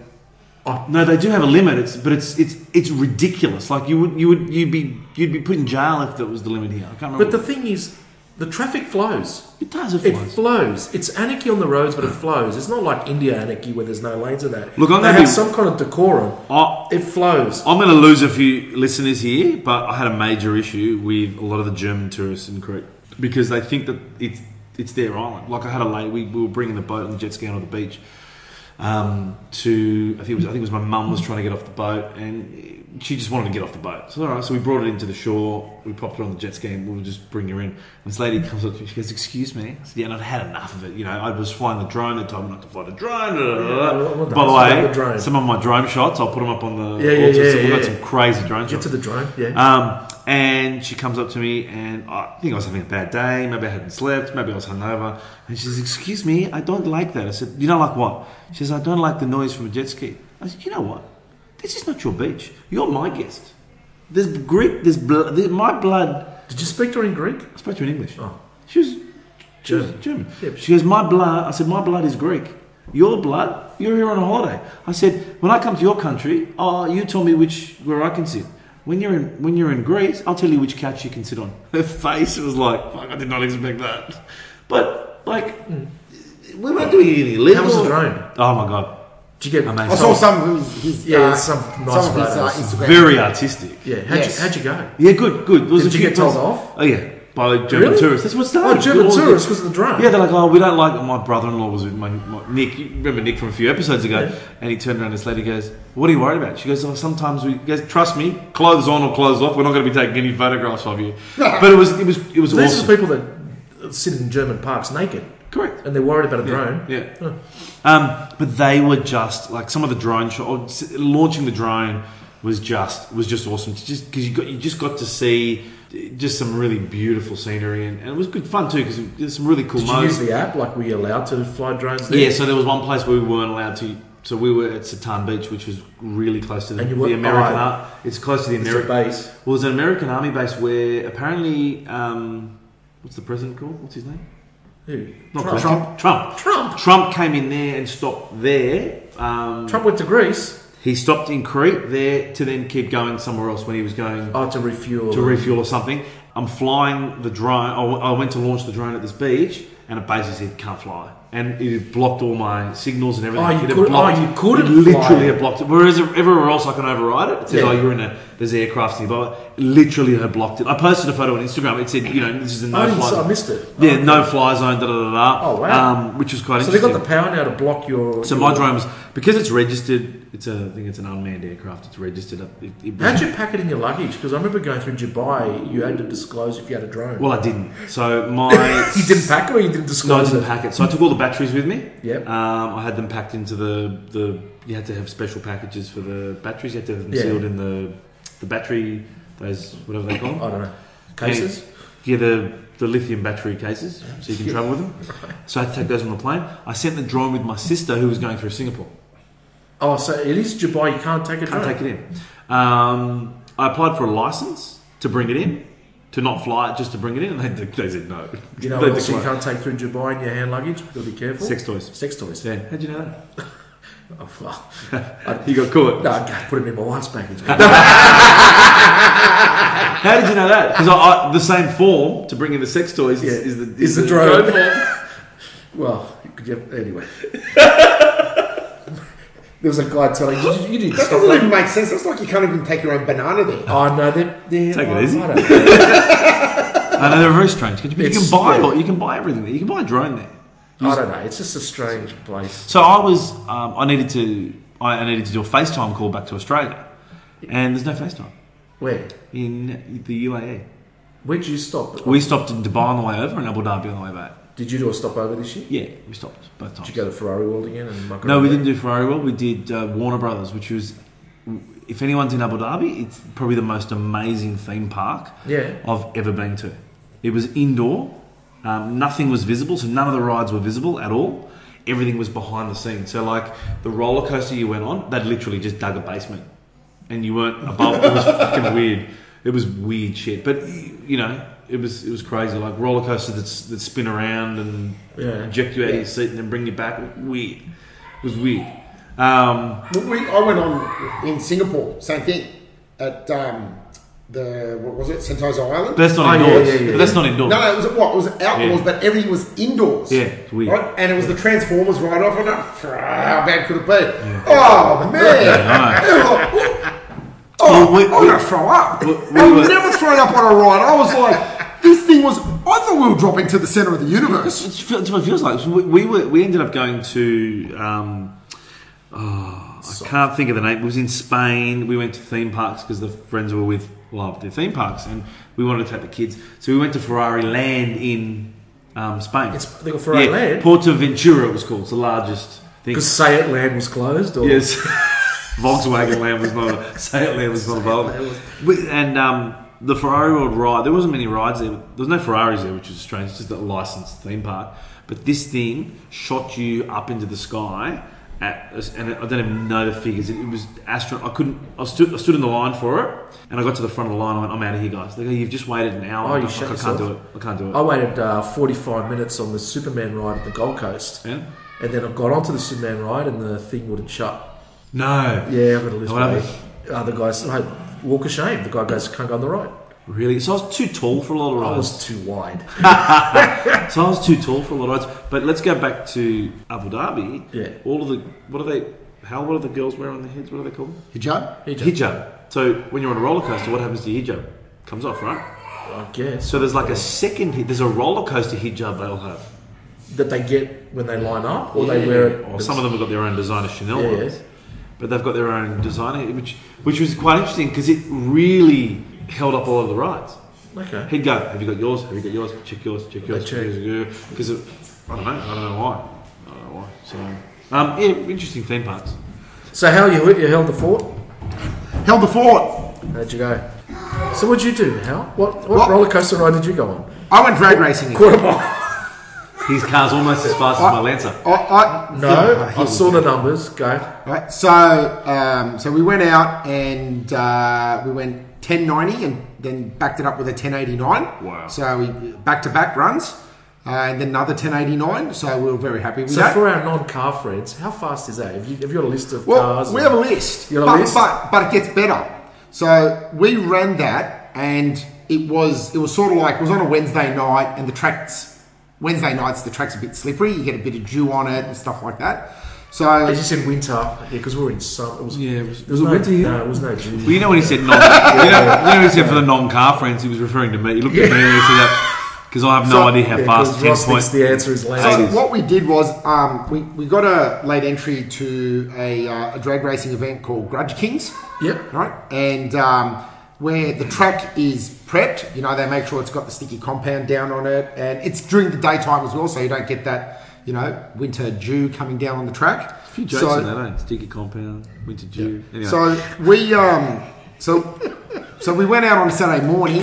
S1: Oh, no, they do have a limit. It's but it's it's it's ridiculous. Like you would you would you'd be you'd be put in jail if that was the limit here. I can't remember.
S2: But the thing is, the traffic flows.
S1: it does it
S2: It
S1: flies.
S2: flows. It's anarchy on the roads, but it flows. It's not like India anarchy where there's no lanes and that.
S1: Look, I'm
S2: they
S1: gonna
S2: have
S1: be-
S2: some kind of decorum.
S1: I-
S2: It flows.
S1: I'm going to lose a few listeners here, but I had a major issue with a lot of the German tourists in Crete because they think that it's it's their island. Like I had a lady, we, we were bringing the boat and the jet ski onto the beach. Um, to I think it was I think it was my mum was trying to get off the boat and she just wanted to get off the boat. So all right, so we brought it into the shore. We popped her on the jet ski and we were just bringing her in. And this lady comes up to me. She goes, "Excuse me." I said, yeah, and I'd had enough of it. You know, I was flying the drone. They told me not to fly the drone. da, da, da, da.
S2: Yeah, well,
S1: By
S2: that's
S1: the way,
S2: the drone.
S1: some of my drone shots. I'll put them up on the
S2: Yeah, yeah,
S1: altar,
S2: yeah,
S1: so we got
S2: yeah.
S1: some crazy drone
S2: Get
S1: shots.
S2: to the drone. Yeah.
S1: Um, and she comes up to me, and I think I was having a bad day. Maybe I hadn't slept. Maybe I was hungover. And she says, "Excuse me, I don't like that." I said, "You don't like what?" She says, "I don't like the noise from a jet ski." I said, "You know what? This is not your beach. You're my guest. There's Greek. There's blood. There's my blood."
S2: Did you speak to her in Greek?
S1: I spoke to her in English.
S2: Oh.
S1: She was she was
S2: German.
S1: German.
S2: Yeah.
S1: She goes, My blood, I said, My blood is Greek. Your blood, you're here on a holiday. I said, When I come to your country, oh, you tell me which where I can sit. When you're in when you're in Greece, I'll tell you which couch you can sit on. [LAUGHS] Her face was like, fuck, I did not expect that. But like
S2: Hmm.
S1: we weren't doing anything illegal.
S2: How was the drone?
S1: Oh my god.
S2: Did you get?
S1: Amazing. Oh,
S3: I saw some of his, his
S2: Yeah,
S3: uh,
S2: some nice
S3: some of his uh,
S2: photos.
S3: Instagram.
S1: Very artistic.
S2: Yeah. How'd,
S3: Yes.
S2: you, how'd you go?
S1: Yeah, good, good. There was
S2: Did
S1: a
S2: you
S1: few
S2: get told
S1: places-
S2: off?
S1: Oh yeah, by German
S2: Really?
S1: tourists. That's what started.
S2: Oh, German
S1: All the-
S2: tourists because of the drone.
S1: Yeah, they're like, oh, we don't like. My brother-in-law was with my, my Nick. You remember Nick from a few episodes ago?
S2: Yeah.
S1: And he turned around. This lady goes, "What are you worried about?" She goes, "Oh, sometimes we he goes, trust me, clothes on or clothes off. We're not going to be taking any photographs [LAUGHS] of you." but it was, it was, it was
S2: So these
S1: awesome.
S2: are the people that sit in German parks naked,
S1: Correct.
S2: and they're worried about a drone.
S1: Yeah. Um, but they were just like some of the drone shots. Launching the drone was just was just awesome. To just because you got you just got to see just some really beautiful scenery and, and it was good fun too because there's some really cool
S2: Did you
S1: moments.
S2: use the app? Like, were you allowed to fly drones there?
S1: Yeah, so there was one place where we weren't allowed to. So we were at Satan Beach, which was really close to the,
S2: And you
S1: the
S2: were-
S1: American.
S2: oh.
S1: Ar- it's close to the
S2: It's a
S1: American.
S2: base.
S1: Well, there's an American army base where apparently, um, what's the president called? What's his name?
S2: Who?
S1: Not
S2: Trump.
S1: President. Trump.
S2: Trump.
S1: Trump came in there and stopped there. Um,
S2: Trump went to Greece.
S1: he stopped in Crete there to then keep going somewhere else when he was going
S2: Oh, to refuel.
S1: to refuel or something. I'm flying the drone. I w- I went to launch the drone at this beach, and it basically said can't fly, and it had blocked all my signals and everything.
S2: Oh, you
S1: It had
S2: couldn't-
S1: blocked-
S2: oh, you couldn't
S1: it Literally,
S2: fly.
S1: it blocked it. Whereas everywhere else, I can override it. It says,
S2: Yeah.
S1: "Oh, you're in a there's aircrafts nearby. Literally, had blocked it. I posted a photo on Instagram. It said, you know, this is a
S2: I,
S1: no
S2: didn't,
S1: fly.
S2: s- Oh, I missed it.
S1: Yeah,
S2: Okay.
S1: no fly zone. Da da da da.
S2: Oh, wow.
S1: Um, which was quite
S2: So they
S1: interesting.
S2: got the power now to block your.
S1: so
S2: your-
S1: my drone was because it's registered. It's a I think it's an unmanned aircraft. It's registered. up- It, it
S2: How'd you pack it in your luggage? Because I remember going through Dubai, you had to disclose if you had a drone.
S1: well, I didn't.
S2: [LAUGHS]
S1: So my
S2: you didn't pack it or you didn't
S1: no, I
S2: disclose
S1: didn't
S2: it?
S1: pack it. So I took all the batteries with me.
S2: Yep.
S1: Um, I had them packed into the, the. You had to have special packages for the batteries. You had to have them
S2: Yeah.
S1: sealed in the the battery. Those whatever they call.
S2: I
S1: Them.
S2: don't know. Cases?
S1: Yeah, the the lithium battery cases, so you can travel with them. So I had to take those on the plane. I sent the drone with my sister, who was going through Singapore.
S2: Oh, so it is Dubai, you can't take a drone.
S1: Can't take it in. Um, I applied for a license to bring it in, to not fly it, just to bring it in, and they, they said no.
S2: You
S1: [LAUGHS]
S2: know
S1: They
S2: what else you
S1: declined.
S2: can't take through Dubai in your hand luggage? You've got to be careful.
S1: Sex toys.
S2: Sex toys.
S1: Yeah. How'd you know that?
S2: Oh,
S1: [LAUGHS]
S2: well.
S1: You got caught.
S2: No, I can't put them in my wife's
S1: [LAUGHS]
S2: package.
S1: How did you know that? Because I, I, the same form to bring in the sex toys is,
S2: Yeah.
S1: is the
S2: Is the drone. [LAUGHS]
S1: form.
S2: well, you could get,
S1: [LAUGHS]
S2: anyway. there was a guy telling you, you, you did
S3: That
S2: stuff
S3: doesn't
S2: like
S3: even make sense. That's like you can't even take your own banana there.
S2: Oh, no, they're. they're
S1: Take it
S2: oh,
S1: easy.
S2: I don't know.
S1: I know they're very strange. 'cause You, you can
S2: It's-
S1: buy
S2: yeah.
S1: a lot. You can buy everything there. You can buy a drone there.
S2: I don't know. It's just a strange place.
S1: So I was. Um, I needed to. I I needed to do a FaceTime call back to Australia, and there's no FaceTime
S2: Where?
S1: in the UAE.
S2: Where'd you stop?
S1: We stopped in Dubai on the way over and Abu Dhabi on the way back.
S2: Did you do a stopover this year?
S1: Yeah, we stopped both times.
S2: Did you go to Ferrari World again and muck
S1: No,
S2: around
S1: we
S2: there?
S1: didn't do Ferrari World. We did uh, Warner Brothers, which was, if anyone's in Abu Dhabi, it's probably the most amazing theme park
S2: Yeah.
S1: I've ever been to. It was indoor, um, nothing was visible, so none of the rides were visible at all. Everything was behind the scenes. So, like the roller coaster you went on, they'd literally just dug a basement and you weren't above. it was fucking weird. It was weird shit. But, you know, it was it was crazy. Like roller coasters that, that spin around and
S2: Yeah.
S1: eject you out of your seat and then bring you back. Weird. It was weird. Um,
S3: Well, We, I went on in Singapore, same thing, at um, the, what was it, Sentosa Island?
S1: but that's not
S2: Oh, yeah,
S1: indoors.
S2: yeah, yeah,
S1: But that's
S2: yeah.
S1: not indoors.
S3: No, no, it was what? It was outdoors,
S1: Yeah.
S3: but everything was indoors.
S1: Yeah, it's weird.
S3: Right? And it was the Transformers ride off, and I- how bad could it be? Oh man! [LAUGHS] oh,
S1: Well, we-
S3: I'm
S1: we-
S3: gonna throw up.
S1: we-
S3: [LAUGHS]
S1: we
S3: I've
S1: were-
S3: never thrown up on a ride. I was like, this thing was. I thought we were dropping to the center of the universe.
S1: It's, it's what it feels like. So we, we, were, we ended up going to. Um, oh, I can't think of the name. It was in Spain. We went to theme parks because the friends we were with loved their theme parks and we wanted to take the kids. So we went to Ferrari Land in um, Spain.
S2: It's, they got Ferrari Land.
S1: Porto Ventura it was called. It's the largest thing.
S2: Because Say It Land was closed? Or?
S1: Yes. [LAUGHS] Volkswagen Land was not. Seat Land was not available. We- And um, the Ferrari World ride, there wasn't many rides there. There was no Ferraris there, which is strange. It's just a licensed theme park. But this thing shot you up into the sky. At, and I don't even know the figures. It, it was astro. I couldn't. I stood. I stood in the line for it, and I got to the front of the line. I went, "I'm out of here, guys." They go, "You've just waited an hour.
S2: Oh,
S1: I,
S2: you
S1: I
S2: shut
S1: can't do it.
S2: yourself.
S1: I can't do it."
S2: I waited uh, 45 minutes on the Superman ride at the Gold Coast.
S1: Yeah?
S2: And then I got onto the Superman ride and the thing wouldn't shut.
S1: No.
S2: Yeah, I'm going to lose
S1: What
S2: my
S1: happened?
S2: uh, The guy said, "Hey, walk of shame. The guy goes, can't go on the ride.
S1: Really? So I was too tall for a lot of rides.
S2: I was too
S1: [LAUGHS]
S2: wide.
S1: So I was too tall for a lot of rides. But let's go back to Abu Dhabi.
S2: Yeah.
S1: All of the what are they? How what do the girls wear on their heads? What are they called?
S3: Hijab.
S2: He just-
S1: Hijab. So when you're on a roller coaster, what happens to your hijab? Comes off, right?
S2: I guess.
S1: So there's like a second. hi- There's a roller coaster hijab they all have.
S2: That they get when they line up or they wear it.
S1: Or some of them have got their own designer Chanel
S2: Yeah,
S1: ones,
S2: yeah.
S1: but they've got their own designer, which which was quite interesting because it really held up all of the rides.
S2: Okay.
S1: He'd go, have you got yours? Have you got yours? Check yours, check yours, check
S2: check.
S1: yours. Because I don't know, I don't know why. I don't know why. So, um, yeah, interesting theme parks.
S2: So how you you held the fort?
S3: Held the fort.
S2: How'd you go? So what'd you do, Hal? What, what,
S3: What?
S2: roller coaster ride did you go on?
S3: I went drag racing. again.
S2: Quarter mile.
S1: His car's almost as fast as my Lancer.
S3: I, I,
S2: No, I
S3: he-
S2: saw the numbers. Go.
S3: Right. So, um, so we went out and uh, we went 1090 and then backed it up with a 1089.
S1: Wow.
S3: So we back to back runs uh, and then another 1089. So we were very happy with
S2: So
S3: that.
S2: for our non-car friends, how fast is that? Have you, have you got a list of
S3: well,
S2: cars?
S3: we
S2: and-
S3: have a list.
S2: You have a
S3: but,
S2: list?
S3: But, but it gets better. So we ran that and it was it was sort of like it was on a Wednesday night and the tracks Wednesday nights the track's a bit slippery. You get a bit of dew on it and stuff like that. So
S2: It's just in winter, yeah, because we're in summer. It was,
S1: Yeah, it was,
S2: there was
S1: a
S2: no,
S1: winter year.
S2: No, it was no June.
S1: Well, you know when he said non, you, know, you know when he said for the non-car friends, he was referring to me. He looked at me and he said that because I have no
S3: So-
S1: idea how
S2: Yeah,
S1: fast
S2: 'cause
S1: ten
S2: Ross thinks
S1: points.
S2: the answer is later.
S1: Eight
S3: So
S1: is-
S3: what we did was um, we, we got a late entry to a, uh, a drag racing event called Grudge Kings,
S2: Yep.
S3: right? And um, where the track is prepped, you know, they make sure it's got the sticky compound down on it, and it's during the daytime as well, so you don't get that, you know, winter dew coming down on the track.
S1: A few jokes
S3: so,
S1: in that, eh? Sticky compound, winter dew. Anyway,
S3: so we um, so so we went out on Saturday morning,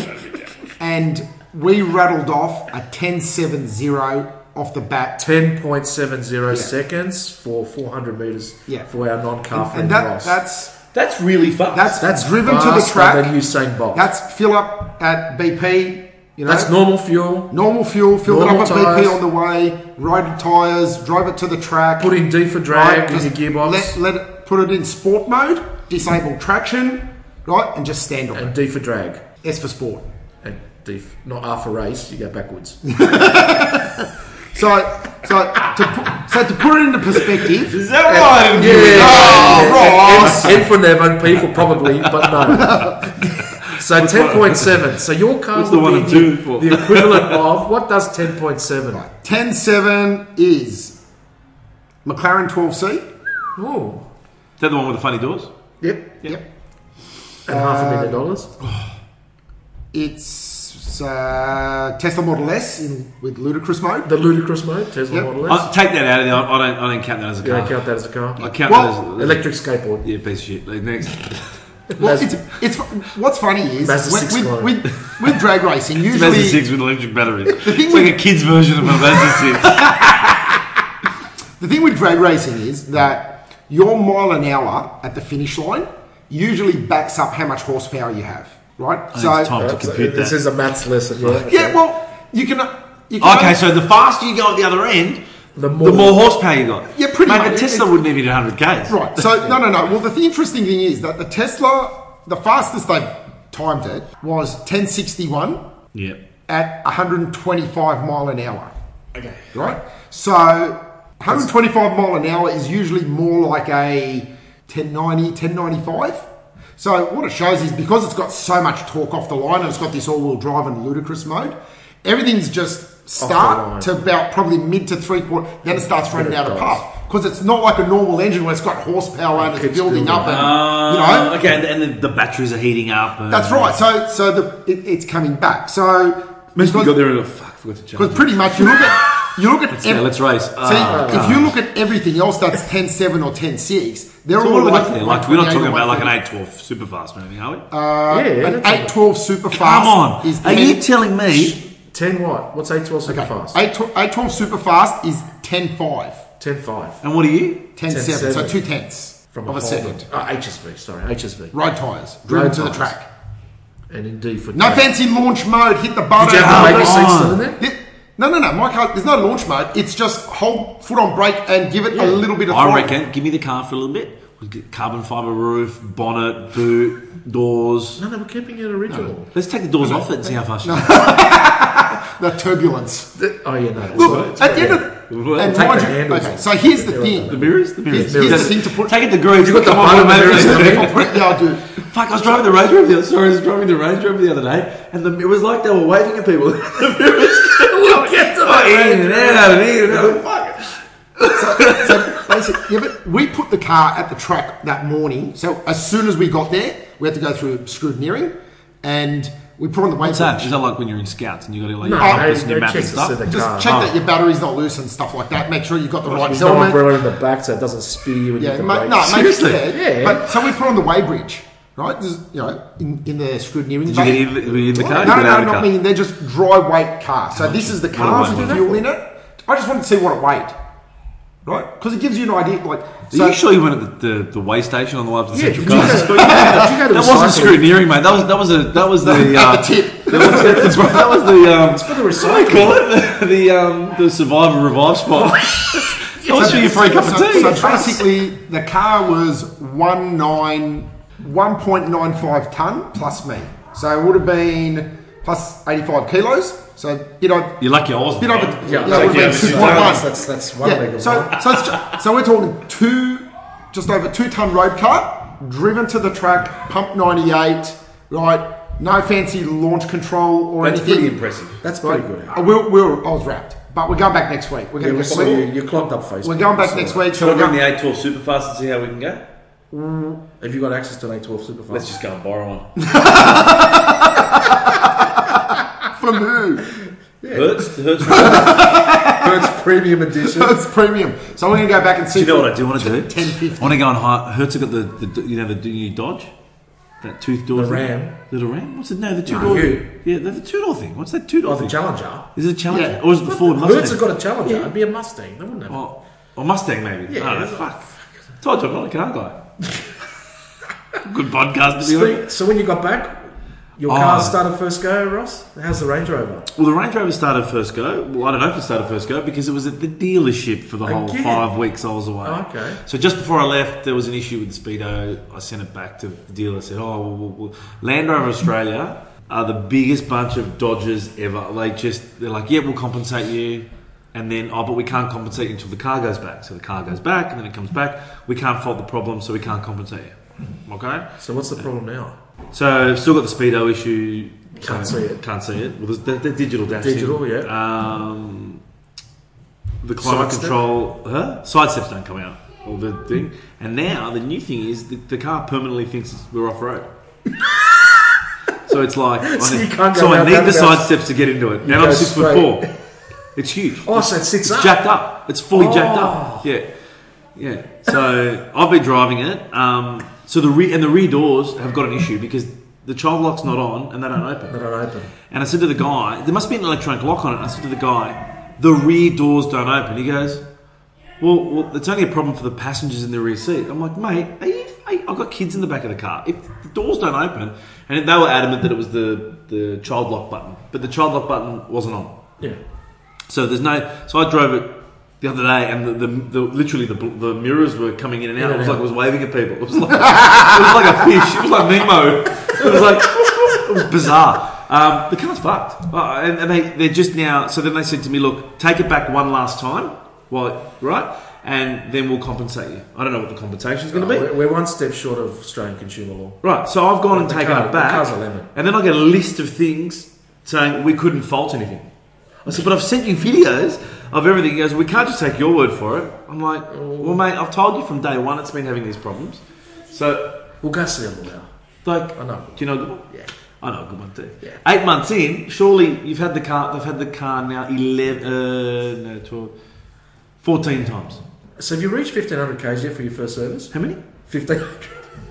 S3: and we rattled off a 10.70 off the bat
S2: 10.70 seconds for 400 meters
S3: Yeah.
S2: for our non-car friend
S3: and that,
S2: Ross.
S3: that's
S4: That's really fast.
S3: that's
S2: That's
S3: driven to the
S2: faster
S3: track.
S2: than Usain Bolt.
S3: That's fill up at BP. You know,
S2: That's normal fuel.
S3: normal fuel. Fill
S2: Normal
S3: it up at
S2: tyres.
S3: BP on the way. Ride the tires. Drive it to the track.
S2: Put in D for
S3: right,
S2: drag in
S3: just
S2: your gearbox
S3: Let, let it put it in sport mode. Disable traction. Right, and just stand on
S2: and
S3: it.
S2: D for drag
S3: S for sport.
S2: and D f- not R for race. You go [LAUGHS] backwards.
S3: So, so to put, so to put it into perspective,
S1: is that why?
S2: Yeah.
S1: Oh, Ross.
S2: N N for never, P for probably, but [LAUGHS] no. So ten point seven. So your car
S1: What's
S2: would
S1: the one
S2: be
S1: and two for?
S2: the
S1: [LAUGHS]
S2: equivalent of what does ten point seven?
S3: ten seven is McLaren twelve C.
S2: Oh,
S1: Is that the one with the funny doors?
S3: Yep, yep.
S2: and half a million dollars.
S3: It's uh, Tesla Model S in, with ludicrous mode.
S2: The ludicrous mode, Tesla
S3: Yep.
S2: Model
S1: I,
S2: S.
S1: take that out of there. I, I don't. I don't count that as a
S2: You don't
S1: car.
S2: count that as a car.
S1: I count
S3: Well,
S1: that as
S2: Electric skateboard.
S1: yeah, piece of shit. Like,
S3: [LAUGHS]
S1: next,
S3: Well,
S2: Mazda-
S3: it's, it's what's funny is
S2: Mazda
S3: with,
S2: 6
S3: with,
S2: Glide.
S1: [LAUGHS]
S3: with, with drag racing
S1: Mazda
S3: usually
S1: six with electric batteries.
S3: thing
S1: It's like a kid's version of a Mazda
S3: [LAUGHS]
S1: six.
S3: the thing with drag racing is that your mile an hour at the finish line usually backs up how much horsepower you have, right?
S1: it's time to compute
S2: This
S1: that.
S2: is a maths lesson, yeah.
S3: yeah, well you can you can
S1: Okay, so the faster you go at the other end, the
S2: The more,
S1: more horsepower you got.
S3: Yeah, pretty
S1: Mate,
S3: much.
S1: the Tesla wouldn't even hit 100 k's.
S3: [LAUGHS] right. So no, no, no. Well, the th- interesting thing is that the Tesla, the fastest they timed it was 1061
S1: Yeah.
S3: at 125 mile an hour.
S4: okay.
S3: right? So 125 mile an hour is usually more like a 1090, 1095. So what it shows is because it's got so much torque off the line and it's got this all-wheel drive and ludicrous mode, everything's just
S2: line.
S3: start to about probably mid to three quarter. Then it starts running
S2: it
S3: out of
S2: does.
S3: puff because it's not like a normal engine where it's got horsepower and
S2: keeps
S3: it's building
S2: building.
S3: up and
S1: Uh,
S3: you know
S1: Okay, and, and the, the batteries are heating up. And
S3: that's right. So so the it, it's coming back. So
S1: Imagine you
S3: because-
S1: got there and go, fuck, forgot to charge.
S3: because pretty much you look at you look at
S1: Let's go, let's race.
S3: See,
S1: Ah,
S3: if you look at everything else that's 10.7 or 10.6, they're
S1: It's
S3: all
S1: all
S3: like,
S1: like, there, like, we're not
S3: 128
S1: talking
S3: or
S1: about like an
S3: 130.
S1: 812 super fast or anything, are we?
S2: yeah,
S3: An
S2: that's a-
S3: 812 super Uh, fast.
S1: Come on.
S3: Is
S1: are
S3: 10
S1: you telling me?
S2: 10 what? What's 8 12 super
S3: okay.
S2: fast?
S3: 8 tw- 812 super fast is 10.5,
S2: 10 5
S1: And what are you?
S3: 10.7, so
S2: 10.7.
S3: two tenths
S2: from
S3: of a
S2: Holden.
S3: second.
S2: Oh, HSV, sorry, HSV.
S3: Road tyres, driven
S2: Road
S3: to the
S2: tyres.
S3: track.
S2: And indeed for
S3: No
S2: drag.
S3: fancy launch mode, hit the button.
S2: Did you have
S1: Oh,
S2: the
S1: come on.
S2: six cylinder?
S3: Hit- no, no, no, my car, there's no launch mode. It's just hold foot on brake and give it
S2: Yeah.
S3: a little bit
S1: I
S3: of throttle.
S1: reckon, give me the car for a little bit. We'll get Carbon fibre roof, bonnet, boot, doors.
S2: No, no, we're keeping it original.
S1: Let's take the doors off it and see how fast you
S3: The turbulence.
S2: Th- Oh, yeah, no.
S3: Look, at the end
S2: yeah.
S3: of
S1: Well,
S3: and
S2: take
S3: mind
S2: the
S3: you-
S2: handles
S3: okay,
S2: off.
S3: so here's the thing.
S1: The mirrors? The mirrors.
S3: Here's- here's
S1: Just
S3: the thing to put-
S1: Take it to Grooves.
S2: You got the
S1: come on,
S2: bottom
S1: we'll
S2: of the
S1: make
S2: mirrors.
S1: it.
S3: yeah, I do.
S1: Fuck, I was driving the Range Rover the other Sorry, I was driving the Range Rover the other day, and the, it was like they were waving at people. [LAUGHS] the mirrors
S2: Look at the
S1: were in and out and in and out. Fuck.
S3: So basically, yeah, but we put the car at the track that morning. So as soon as we got there, we had to go through scrutineering, and we put on the weight
S1: What's that?
S3: bench.
S1: Is that like when you're in scouts and you got to like
S2: No,
S1: your
S2: they-
S1: compass and your
S2: they
S1: map and
S2: check to see
S1: stuff?
S2: the
S3: Just
S2: car.
S3: check that your battery's not loose and stuff like that. Make sure you've got the right
S2: There's no
S3: helmet.
S2: umbrella in the back so it doesn't spear you and
S3: Yeah,
S2: you can
S3: ma-
S2: brake.
S3: no, mate,
S1: Seriously?
S3: yeah,
S2: Yeah.
S3: But so we put on the weighbridge, right? This is, you know, in, in the scrutineering.
S1: Did you get in the, were you in the car?
S3: No,
S1: You
S3: no,
S1: got out
S3: no,
S1: of the
S3: not
S1: car?
S3: me. They're just dry weight car. So this is the
S1: What
S3: car
S1: do
S3: with
S1: they
S3: fuel in it. I just wanted to see what it weighed, right? Because it gives you an idea. Like,
S1: Are you sure you went at the, the, the way station on the way up to the
S2: Yeah,
S1: central
S2: did you
S1: car?
S2: go- did you go to
S1: That
S2: the
S1: wasn't
S2: cycle?
S1: scrutineering, mate. That was that was a that was [LAUGHS] the uh,
S3: at the tip.
S1: That was, that's the, that was the um.
S2: for the
S1: What do they call it? The, the um the survivor revive spot. [LAUGHS] that was for your free cup of
S3: so,
S1: tea.
S3: so basically, the car was one nine, 1.95 ton plus me. So it would have been plus 85 kilos. So, you know,
S1: You're lucky I
S3: a
S1: wasn't.
S3: bit over.
S1: there.
S2: Yeah,
S3: yeah, it would
S1: yeah,
S3: have
S1: it's
S3: been
S2: so
S3: one
S1: one.
S3: month.
S2: that's that's one leg
S3: yeah,
S2: of
S3: so,
S2: mine.
S3: so, it's ju- so we're talking two, just over two ton road cart, driven to the track, pump 98, right? No fancy launch control or
S1: That's
S3: anything.
S1: pretty impressive.
S2: That's
S3: Right.
S2: pretty good.
S3: I, will, will, I was wrapped. But we're going back next week. We're
S2: Yeah,
S3: going
S2: we
S3: to
S2: saw you, you clogged up Facebook.
S3: We're going back
S2: So,
S3: next week.
S1: Shall
S3: So
S1: we
S3: we're
S1: run the
S3: going,
S1: A12 super fast and see how we can go?
S2: Have you got access to an A12 Superfast?
S1: Let's just go and borrow one.
S3: from who?
S1: Hurts? [LAUGHS] Hurts?
S2: Hertz Premium Edition. [LAUGHS]
S3: [LAUGHS] it's premium. So we're going to go back and see.
S1: Do you know what I do want to do?
S3: 10.50.
S1: I want to go on high. Hertz got the, the you know the new Dodge, that tooth door.
S2: The
S1: thing.
S2: Ram.
S1: Little Ram. What's it? No, the two
S2: No,
S1: door.
S2: you.
S1: Yeah, the, the two door thing. What's that two door
S2: Oh, the
S1: thing?
S2: Challenger.
S1: Is it a Challenger
S3: Yeah.
S1: or is it the Ford Mustang?
S2: Hertz have got a Challenger.
S1: Yeah.
S2: It'd be a Mustang. They wouldn't have.
S1: Oh, or Mustang maybe.
S2: Yeah,
S1: I don't
S2: it's
S1: know.
S2: like-
S1: Fuck. Told you I'm not a car
S2: [LAUGHS]
S1: guy. Good podcast to be on.
S2: So, so when you got back, your
S1: Oh.
S2: car started first go, Ross. How's the Range Rover?
S1: Well, the Range Rover started first go. Well, I don't know if it started first go because it was at the dealership for the whole
S2: Again?
S1: five weeks I was away.
S2: Oh, okay.
S1: So just before I left, there was an issue with the speedo. I sent it back to the dealer. Said, "Oh, well, well, well. Land Rover Australia are the biggest bunch of Dodgers ever. They just they're like, yeah, we'll compensate you." And then, oh, but we can't compensate you until the car goes back. So the car goes back, and then it comes back. We can't fault the problem, so we can't compensate you. Okay.
S2: So what's the problem now?
S1: So I've still got the speedo issue.
S2: Can't
S1: So,
S2: see it.
S1: Can't see it. Well, there's the, the digital dash.
S2: Digital,
S1: thing. Um, the climate
S2: Sidestep?
S1: control, huh? Side steps don't come out. Or the thing. And now the new thing is the, the car permanently thinks it's- we're off
S2: [LAUGHS]
S1: road. so it's like,
S2: So
S1: I
S2: you
S1: need,
S2: can't go
S1: so I
S2: round,
S1: need
S2: round,
S1: the
S2: round.
S1: side steps to get into it. And
S2: go
S1: I'm six
S2: straight.
S1: foot four. It's huge.
S2: Oh, so it sits
S1: It's
S2: up.
S1: jacked up. It's fully jacked
S2: Oh.
S1: up. Yeah, yeah. So I've been driving it. Um, so the re- and the rear doors have got an issue because the child lock's not on and they don't
S2: They
S1: open.
S2: don't open.
S1: And I said to the guy, there must be an electronic lock on it. I said to the guy, the rear doors don't open. He goes, well, well, it's only a problem for the passengers in the rear seat. I'm like, mate, are you? I- I've got kids in the back of the car. If the doors don't open, and they were adamant that it was the the child lock button, but the child lock button wasn't on.
S2: Yeah.
S1: So there's no. So I drove it the other day, and the, the, the literally the, bl- the mirrors were coming in and out.
S2: In
S1: it was
S2: and
S1: like
S2: out.
S1: it was waving at people. It was like [LAUGHS] it was like a fish. It was like Nemo. It was like it was bizarre. Um, the car's fucked, uh, and, and they they're just now. So then they said to me, "Look, take it back one last time, well, right, and then we'll compensate you." I don't know what the compensation's going to be.
S2: Uh, We're, we're one step short of Australian consumer law.
S1: Right, so I've gone and
S2: The
S1: taken
S2: car-
S1: it
S2: the
S1: back.
S2: car's a lemon.
S1: And then I get a list of things saying we couldn't fault anything. I said, but I've sent you videos of everything. He goes, we can't just take your word for it. I'm like, well, mate, I've told you from day one it's been having these problems. So,
S2: We'll go see them now.
S1: like,
S2: I know.
S1: do you know a good one?
S2: Yeah.
S1: I know a good one too.
S2: Yeah.
S1: Eight months in, surely you've had the car, they've had the car now 11, uh, no, 12, 14 times.
S2: So have you reached 1500 k's yet for your first service?
S1: How many?
S2: 1500?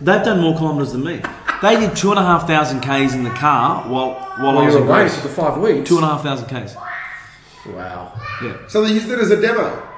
S1: They've done more kilometres than me. They did two and a half thousand Ks in the car while, while
S2: Well,
S1: I was
S2: you were
S1: in
S2: away
S1: Greece.
S2: for the five weeks.
S1: Two and a half thousand Ks.
S2: Wow.
S1: Yeah.
S3: so they used it as a demo.